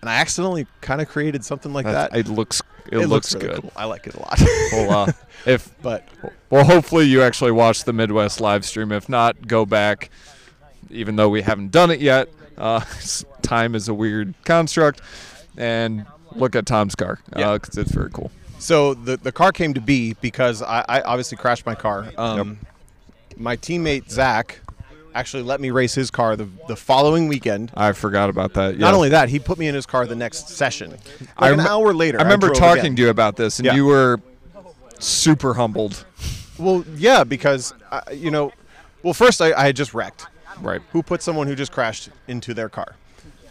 Speaker 2: and I accidentally kind of created something like
Speaker 1: That's-
Speaker 2: that.
Speaker 1: it looks it,
Speaker 2: It
Speaker 1: looks,
Speaker 2: really
Speaker 1: good.
Speaker 2: Cool. I like it a lot.
Speaker 1: Well, uh, if
Speaker 2: but
Speaker 1: Well, hopefully you actually watched the Midwest live stream. If not, go back. Even though we haven't done it yet, uh, time is a weird construct. And look at Tom's car because
Speaker 2: Yeah.
Speaker 1: it's very cool.
Speaker 2: so the the car came to be because I, I obviously crashed my car. Um, My teammate Zach actually let me race his car the the following weekend.
Speaker 1: I forgot about that.
Speaker 2: Not only that, he put me in his car the next session. Like
Speaker 1: I
Speaker 2: an
Speaker 1: rem-
Speaker 2: hour later,
Speaker 1: I remember
Speaker 2: drove
Speaker 1: talking
Speaker 2: again.
Speaker 1: to you about this, and
Speaker 2: Yeah.
Speaker 1: you were super humbled.
Speaker 2: Well, yeah, because I, you know, well, first I, I had just wrecked.
Speaker 1: Right.
Speaker 2: Who put someone who just crashed into their car?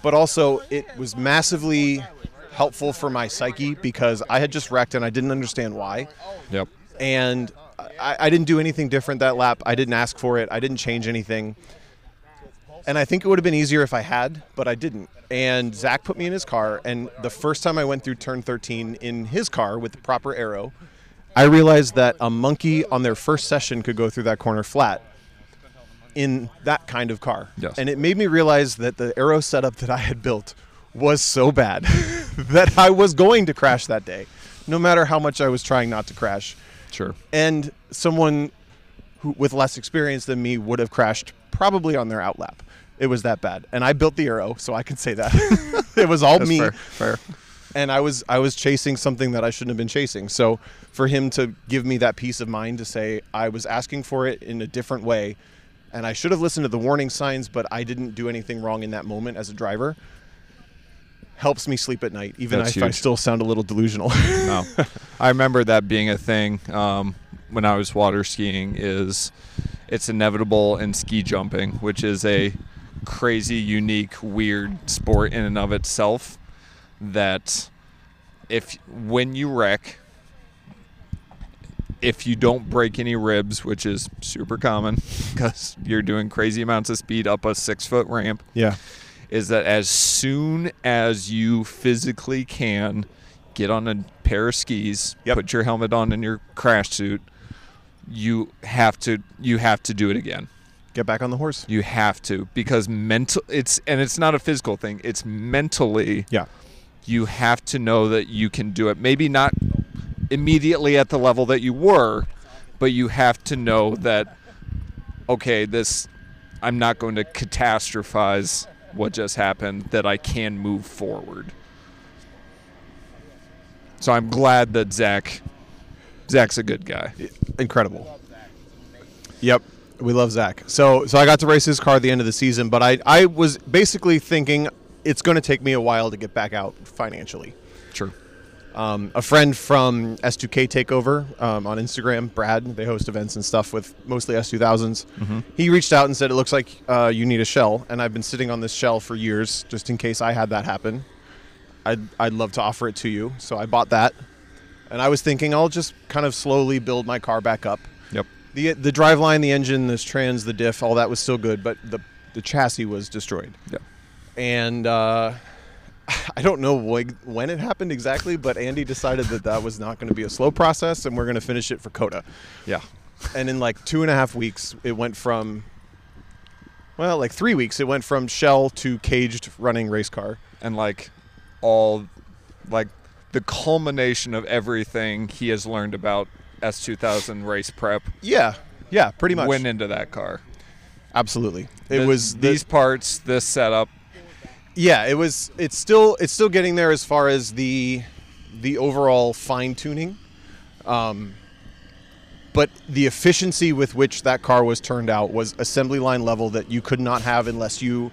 Speaker 2: But also, it was massively helpful for my psyche because I had just wrecked and I didn't understand why,
Speaker 1: Yep.
Speaker 2: and I, I didn't do anything different that lap. I didn't ask for it. I didn't change anything. And I think it would have been easier if I had, but I didn't. And Zach put me in his car, and the first time I went through turn 13 in his car with the proper arrow, I realized that a monkey on their first session could go through that corner flat in that kind of car.
Speaker 1: Yes.
Speaker 2: And it made me realize that the arrow setup that I had built was so bad that I was going to crash that day, no matter how much I was trying not to crash
Speaker 1: Sure.
Speaker 2: and someone who with less experience than me would have crashed probably on their outlap. It was that bad, and I built the arrow, so I can say that it was all me.
Speaker 1: Fair. Fair.
Speaker 2: And I was I was chasing something that I shouldn't have been chasing. So for him to give me that peace of mind to say I was asking for it in a different way, and I should have listened to the warning signs, but I didn't do anything wrong in that moment as a driver. Helps me sleep at night, even
Speaker 1: That's
Speaker 2: if I
Speaker 1: huge.
Speaker 2: still sound a little delusional.
Speaker 1: no. I remember that being a thing um, when I was water skiing. Is it's inevitable in ski jumping, which is a crazy, unique, weird sport in and of itself. That if when you wreck, if you don't break any ribs, which is super common because you're doing crazy amounts of speed up a six foot ramp,
Speaker 2: Yeah.
Speaker 1: is that as soon as you physically can, get on a pair of skis,
Speaker 2: Yep.
Speaker 1: put your helmet on and your crash suit, you have to you have to do it again.
Speaker 2: Get back on the horse.
Speaker 1: You have to because mental it's and it's not a physical thing, it's mentally
Speaker 2: Yeah.
Speaker 1: you have to know that you can do it. Maybe not immediately at the level that you were, but you have to know that okay, this I'm not going to catastrophize what just happened, that I can move forward. So I'm glad that Zach Zach's a good guy.
Speaker 2: incredible. Yep, we love Zach. So so I got to race his car at the end of the season, but I I was basically thinking it's going to take me a while to get back out financially.
Speaker 1: True.
Speaker 2: Um, a friend from S2K Takeover um, on Instagram, Brad, they host events and stuff with mostly S2000s. He reached out and said, It looks like uh, you need a shell. And I've been sitting on this shell for years just in case I had that happen. I'd, I'd love to offer it to you. So I bought that. And I was thinking, I'll just kind of slowly build my car back up.
Speaker 1: Yep.
Speaker 2: The the drive line, the engine, this trans, the diff, all that was still good, but the the chassis was destroyed.
Speaker 1: Yep.
Speaker 2: And uh, I don't know like when it happened exactly, but Andy decided that that was not going to be a slow process, and we're going to finish it for Coda.
Speaker 1: Yeah.
Speaker 2: And in like two and a half weeks, it went from well, like three weeks, it went from shell to caged running race car.
Speaker 1: and like all like the culmination of everything he has learned about S2000 race prep
Speaker 2: Yeah, yeah, pretty much.
Speaker 1: went into that car.
Speaker 2: Absolutely, it
Speaker 1: Th-
Speaker 2: was the-
Speaker 1: these parts, this setup.
Speaker 2: yeah it was it's still it's still getting there as far as the the overall fine tuning um but the efficiency with which that car was turned out was assembly line level that you could not have unless you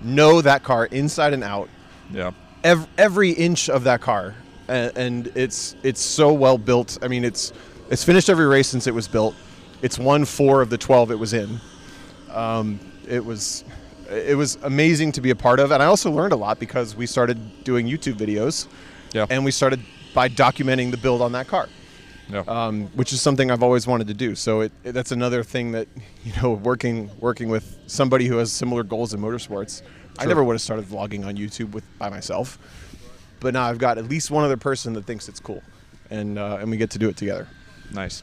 Speaker 2: know that car inside and out
Speaker 1: Yeah.
Speaker 2: every, every inch of that car and, and it's it's so well built i mean it's it's finished every race since it was built it's won four of the 12 it was in um, it was it was amazing to be a part of and i also learned a lot because we started doing youtube videos
Speaker 1: Yeah.
Speaker 2: and we started by documenting the build on that car
Speaker 1: yeah.
Speaker 2: um, which is something I've always wanted to do. So it, it- that's another thing that you know, working working with somebody who has similar goals in motorsports. I
Speaker 1: Sure.
Speaker 2: never would have started vlogging on YouTube with by myself, but now I've got at least one other person that thinks it's cool, and uh, and we get to do it together.
Speaker 1: nice.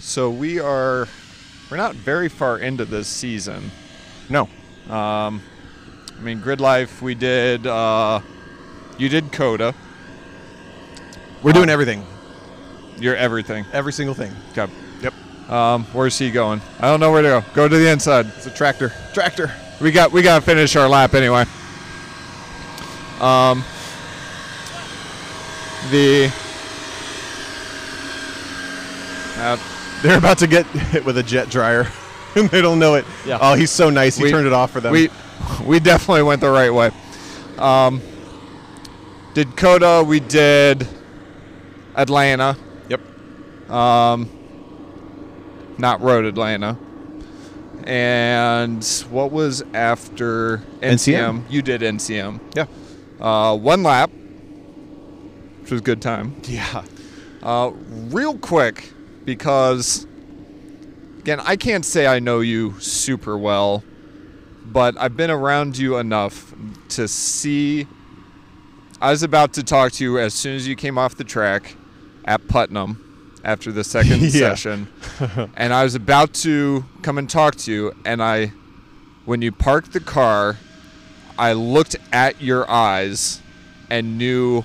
Speaker 1: So we are we're not very far into this season.
Speaker 2: No,
Speaker 1: I mean, Grid Life we did uh you did Coda,
Speaker 2: we're doing everything,
Speaker 1: you're everything.
Speaker 2: every single thing.
Speaker 1: Okay.
Speaker 2: Yep,
Speaker 1: Um where's he going? I don't know where to go. Go to the inside.
Speaker 2: it's a tractor, tractor.
Speaker 1: We got we got to finish our lap anyway. Um, the uh,
Speaker 2: They're about to get hit with a jet dryer, and they don't know it.
Speaker 1: Yeah.
Speaker 2: Oh, he's so nice. He
Speaker 1: We-
Speaker 2: turned it off for them.
Speaker 1: we we definitely went the right way. Um, did Coda? We did Atlanta,
Speaker 2: yep.
Speaker 1: not Road Atlanta. And what was after
Speaker 2: NCM?
Speaker 1: NCM? You did NCM.
Speaker 2: Yeah.
Speaker 1: Uh, one lap, which was a good time.
Speaker 2: Yeah.
Speaker 1: Uh, real quick, because again, I can't say I know you super well, but I've been around you enough to see. I was about to talk to you as soon as you came off the track at Putnam after the second
Speaker 2: Yeah.
Speaker 1: session, and I was about to come and talk to you, and I, when you parked the car, I looked at your eyes and knew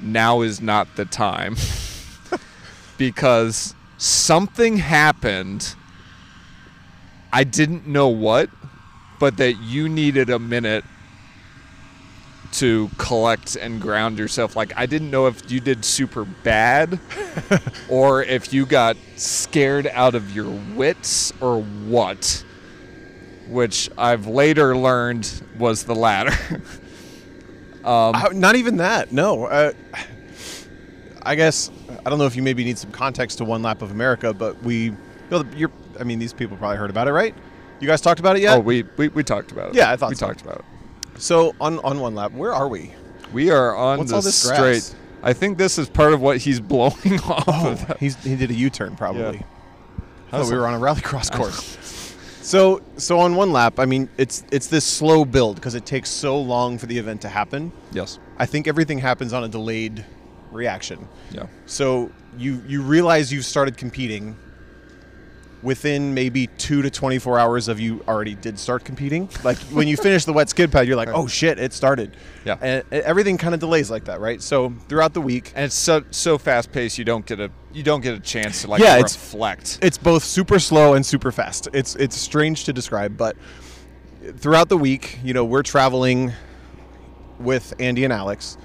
Speaker 1: now is not the time because something happened. I didn't know what, but that you needed a minute to collect and ground yourself. Like, I didn't know if you did super bad or if you got scared out of your wits or what, which I've later learned was the latter.
Speaker 2: Uh, not even that. No. Uh, I guess I don't know if you maybe need some context to One Lap of America, but we, you know, you're. I mean, these people probably heard about it, right? You guys talked about it yet?
Speaker 1: Oh, we, we, we talked about it.
Speaker 2: Yeah, I thought
Speaker 1: we
Speaker 2: so.
Speaker 1: talked about it.
Speaker 2: so on on One Lap, where are we?
Speaker 1: We are on
Speaker 2: What's
Speaker 1: the
Speaker 2: all this
Speaker 1: straight.
Speaker 2: grass?
Speaker 1: I think this is part of what he's blowing off. of that.
Speaker 2: He's, he did a U-turn probably.
Speaker 1: Yeah.
Speaker 2: I thought we were on a rallycross course. so so on one lap, I mean, it's it's this slow build because it takes so long for the event to happen.
Speaker 1: Yes.
Speaker 2: I think everything happens on a delayed reaction.
Speaker 1: Yeah.
Speaker 2: So you you realize you've started competing within maybe two to 24 hours of you already did start competing. Like when you finish the wet skid pad, you're like, oh shit, it started.
Speaker 1: Yeah.
Speaker 2: And and everything kind of delays like that, right? So throughout the week,
Speaker 1: And it's so so fast paced. You don't get a you don't get a chance to like
Speaker 2: Yeah, it's-
Speaker 1: reflect.
Speaker 2: it's both super slow and super fast. It's it's strange to describe, but throughout the week, you know, we're traveling with Andy and Alex.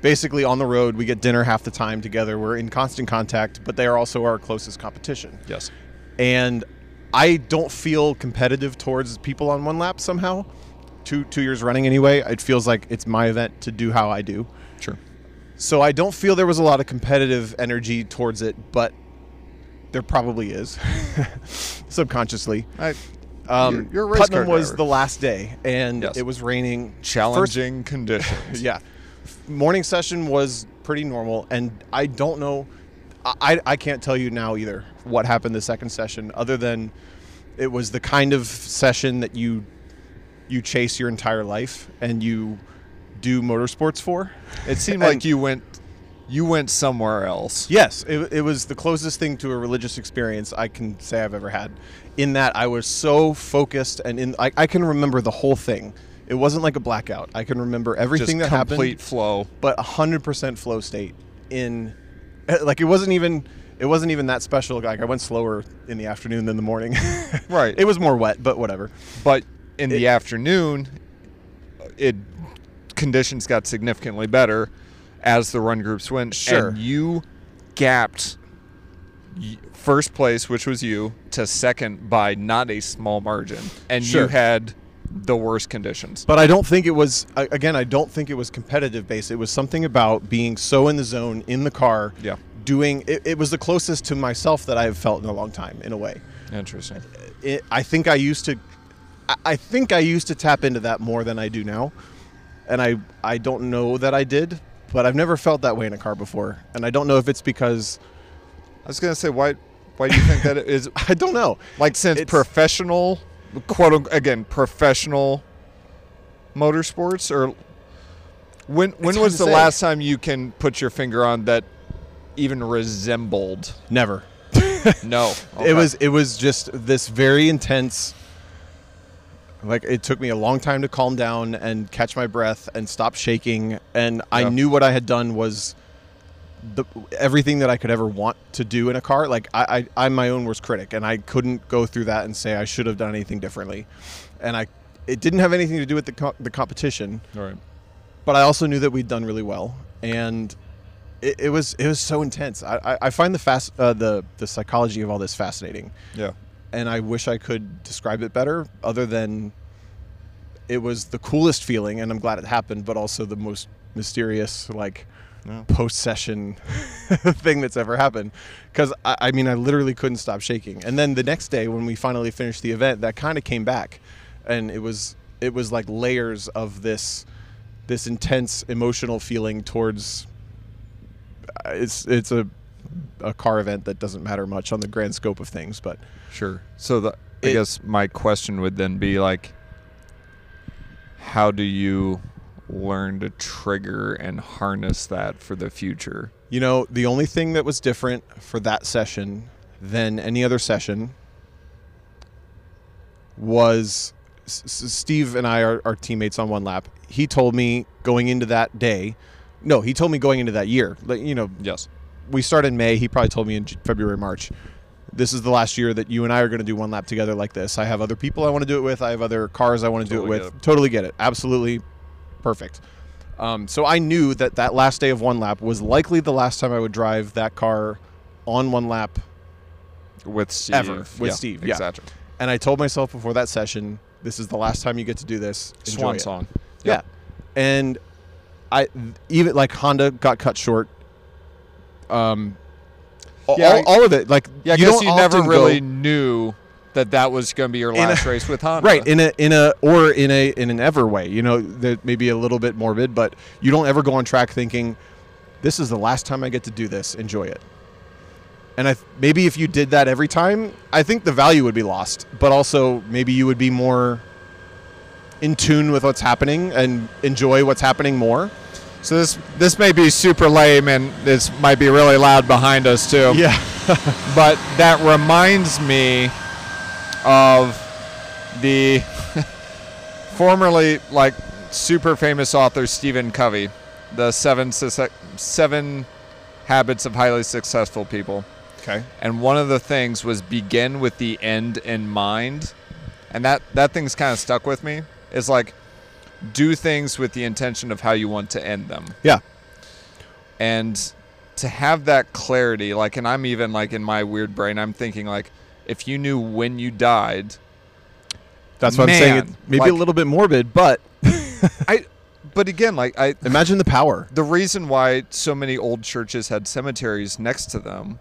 Speaker 2: Basically on the road, we get dinner half the time together. We're in constant contact, but they are also our closest competition.
Speaker 1: yes.
Speaker 2: And I don't feel competitive towards people on one lap somehow. Two two years running anyway, it feels like it's my event to do how I do.
Speaker 1: Sure.
Speaker 2: So I don't feel there was a lot of competitive energy towards it, but there probably is, subconsciously.
Speaker 1: I,
Speaker 2: Um,
Speaker 1: You're- you're a race
Speaker 2: Putnam
Speaker 1: car
Speaker 2: was
Speaker 1: driver.
Speaker 2: the last day, and
Speaker 1: Yes.
Speaker 2: it was raining.
Speaker 1: challenging conditions.
Speaker 2: First, yeah, morning session was pretty normal, and I don't know. I, I can't tell you now either what happened the second session, other than it was the kind of session that you you chase your entire life and you do motorsports for.
Speaker 1: It seemed
Speaker 2: And-
Speaker 1: like you went you went somewhere else.
Speaker 2: Yes, it, it was the closest thing to a religious experience I can say I've ever had. In that I was so focused and in I, I can remember the whole thing. It wasn't like a blackout. I can remember
Speaker 1: Just
Speaker 2: everything that
Speaker 1: complete
Speaker 2: happened,
Speaker 1: flow.
Speaker 2: but 100% flow state in like it wasn't even it wasn't even that special. Like I went slower in the afternoon than the morning.
Speaker 1: Right.
Speaker 2: It was more wet, but whatever.
Speaker 1: But in the afternoon, it conditions got significantly better as the run groups went.
Speaker 2: Sure.
Speaker 1: And you gapped y- first place, which was you, to second by not a small margin, and you
Speaker 2: Sure.
Speaker 1: had the worst conditions.
Speaker 2: But I don't think it was I- again. I don't think it was competitive based. It was something about being so in the zone in the car.
Speaker 1: Yeah.
Speaker 2: Doing it, it was the closest to myself that I have felt in a long time. In a way,
Speaker 1: Interesting.
Speaker 2: it, I think I used to, I, I think I used to tap into that more than I do now, and I I don't know that I did, but I've never felt that way in a car before, and I don't know if it's because
Speaker 1: I was gonna say why. Why do you think that it is?
Speaker 2: I don't know.
Speaker 1: Like since
Speaker 2: It's-
Speaker 1: professional, quote unquote, again, professional motorsports, or when when
Speaker 2: hard
Speaker 1: was the
Speaker 2: to say.
Speaker 1: last time you can put your finger on that even resembled?
Speaker 2: Never.
Speaker 1: No, Okay.
Speaker 2: It was it was just this very intense. Like it took me a long time to calm down and catch my breath and stop shaking, and
Speaker 1: Yeah.
Speaker 2: I knew what I had done was the everything that I could ever want to do in a car. Like I, I I'm my own worst critic, and I couldn't go through that and say I should have done anything differently, and I it didn't have anything to do with the co- the competition,
Speaker 1: all right.
Speaker 2: but I also knew that we'd done really well, and it, it was it was so intense. I I, I find the fast uh, the the psychology of all this fascinating
Speaker 1: Yeah,
Speaker 2: and I wish I could describe it better other than it was the coolest feeling and I'm glad it happened but also the most mysterious like
Speaker 1: Yeah.
Speaker 2: post session thing that's ever happened because I, I mean I literally couldn't stop shaking and then the next day when we finally finished the event that kind of came back and it was it was like layers of this this intense emotional feeling towards uh, it's it's a a car event that doesn't matter much on the grand scope of things but
Speaker 1: sure. So the, I
Speaker 2: It-
Speaker 1: guess my question would then be like, how do you learn to trigger and harness that for the future?
Speaker 2: You know, the only thing that was different for that session than any other session was S- S- Steve and I are, are teammates on one lap. He told me going into that day, no, he told me going into that year. Like, you know,
Speaker 1: Yes.
Speaker 2: we start in May. He probably told me in J- February, March. This is the last year that you and I are going to do one lap together like this. I have other people I want to do it with. I have other cars I want to
Speaker 1: Totally
Speaker 2: do it
Speaker 1: get
Speaker 2: with. Totally get it. Absolutely perfect. Um, so I knew that that last day of one lap was likely the last time I would drive that car on one lap
Speaker 1: With Steve.
Speaker 2: Ever. With Steve, yeah.
Speaker 1: Exactly.
Speaker 2: and I told myself before that session, this is the last time you get to do this. Enjoy
Speaker 1: Swan
Speaker 2: it.
Speaker 1: song.
Speaker 2: Yeah. And I even like Honda got cut short. Um all,
Speaker 1: Yeah, I-
Speaker 2: all of it. Like
Speaker 1: Yeah, I
Speaker 2: you
Speaker 1: guess
Speaker 2: don't
Speaker 1: you never
Speaker 2: often go-
Speaker 1: really knew that that was going to be your
Speaker 2: a-
Speaker 1: last race with Honda.
Speaker 2: Right in a in a or in a in an ever way, you know, that may be a little bit morbid, but you don't ever go on track thinking, this is the last time I get to do this. Enjoy it. And I th- maybe if you did that every time, I think the value would be lost, but also maybe you would be more in tune with what's happening and enjoy what's happening more.
Speaker 1: So this this may be super lame, and this might be really loud behind us too.
Speaker 2: Yeah.
Speaker 1: But that reminds me of the formerly like super famous author Stephen Covey, the seven Suce- seven habits of highly successful people.
Speaker 2: Okay.
Speaker 1: And one of the things was begin with the end in mind. And that, that thing's kind of stuck with me. Is like do things with the intention of how you want to end them.
Speaker 2: Yeah.
Speaker 1: And to have that clarity, like, and I'm even like in my weird brain, I'm thinking like, if you knew when you died,
Speaker 2: That's what I'm saying.
Speaker 1: Man,
Speaker 2: It, maybe
Speaker 1: like-
Speaker 2: a little bit morbid, but
Speaker 1: I, but again, like, I,
Speaker 2: imagine the power.
Speaker 1: the reason why so many old churches had cemeteries next to them,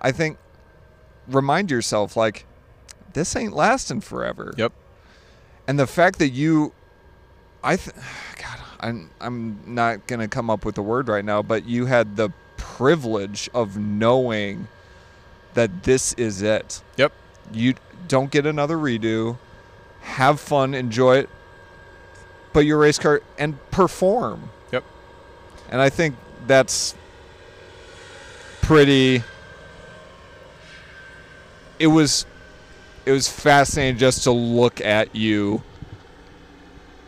Speaker 1: I think, remind yourself, like, this ain't lasting forever.
Speaker 2: Yep.
Speaker 1: and the fact that you i th- god i'm i'm not going to come up with a word right now but you had the privilege of knowing that this is it
Speaker 2: Yep.
Speaker 1: you don't get another redo have fun enjoy it but your race car and perform
Speaker 2: Yep.
Speaker 1: and i think that's pretty it was it was fascinating just to look at you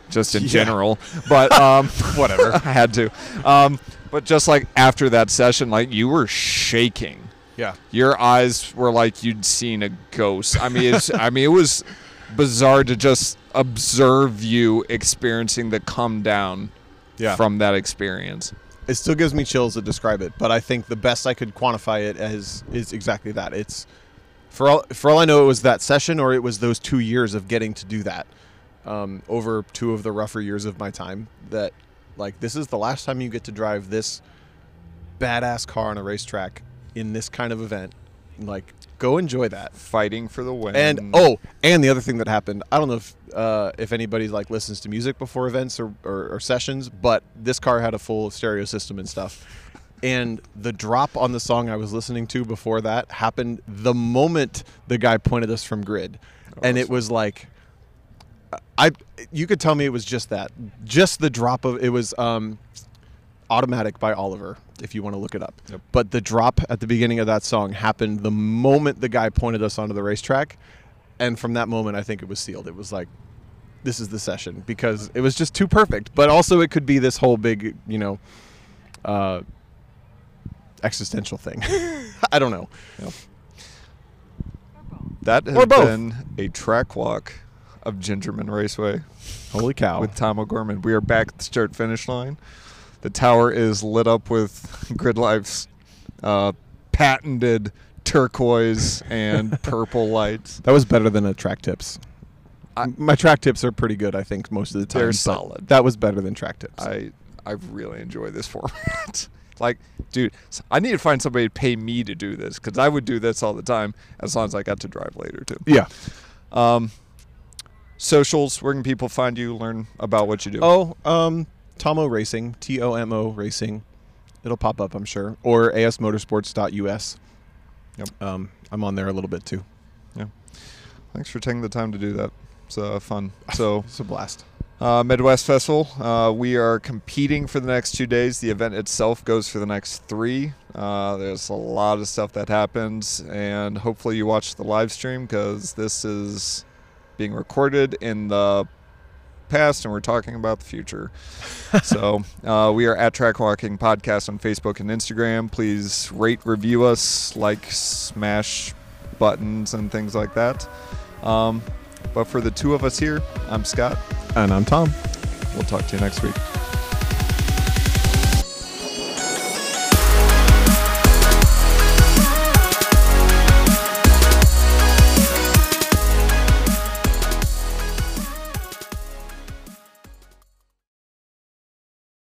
Speaker 1: just in
Speaker 2: Yeah.
Speaker 1: general but um
Speaker 2: Whatever.
Speaker 1: i had to um but just like after that session like you were shaking
Speaker 2: Yeah.
Speaker 1: your eyes were like you'd seen a ghost i mean it's, i mean it was bizarre to just observe you experiencing the come down
Speaker 2: Yeah.
Speaker 1: from that experience
Speaker 2: it still gives me chills to describe it, but I think the best I could quantify it as is exactly that. It's for all for all I know, it was that session or it was those two years of getting to do that um, over two of the rougher years of my time. That like this is the last time you get to drive this badass car on a racetrack in this kind of event. Like, go enjoy that.
Speaker 1: fighting for the win
Speaker 2: And oh, and the other thing that happened, I don't know if uh, if anybody like listens to music before events or, or, or sessions, but this car had a full stereo system and stuff. And the drop on the song I was listening to before that happened the moment the guy pointed us from grid, and it was like, I you could tell me it was just that, just the drop of it was um, Automatic by Oliver, if you want to look it up.
Speaker 1: Yep.
Speaker 2: But the drop at the beginning of that song happened the moment the guy pointed us onto the racetrack. And from that moment, I think it was sealed. It was like, this is the session because it was just too perfect. But also, it could be this whole big, you know, uh, existential thing. I don't know.
Speaker 1: That has
Speaker 2: Or both.
Speaker 1: been a track walk of Gingerman Raceway
Speaker 2: Holy cow.
Speaker 1: with Tom O'Gorman. We are back at the start finish line. The tower is lit up with Grid Life's uh, patented turquoise and purple lights.
Speaker 2: that was better than a track tips.
Speaker 1: I-
Speaker 2: My track tips are pretty good, I think, most of the time.
Speaker 1: They're
Speaker 2: but
Speaker 1: solid.
Speaker 2: That was better than track tips.
Speaker 1: I I really enjoy this format. like, dude, s- I need to find somebody to pay me to do this because I would do this all the time as long as I got to drive later too.
Speaker 2: yeah.
Speaker 1: Um, socials, where can people find you, learn about what you do?
Speaker 2: Oh, um, Tomo Racing, T O M O Racing. It'll pop up, I'm sure, or asmotorsports.us.
Speaker 1: Yep.
Speaker 2: Um, I'm on there a little bit too.
Speaker 1: Yeah. Thanks for taking the time to do that. It's uh, fun. So,
Speaker 2: It's a blast.
Speaker 1: uh, Midwest Festival, uh, we are competing for the next two days. The event itself goes for the next three. Uh, there's a lot of stuff that happens, and hopefully, you watch the live stream because this is being recorded in the past and we're talking about the future. so uh, we are at Track Walking Podcast on Facebook and Instagram. Please rate, review us, like, smash buttons, and things like that. Um, but for the two of us here, I'm Scott.
Speaker 2: And I'm Tom.
Speaker 1: We'll talk to you next week.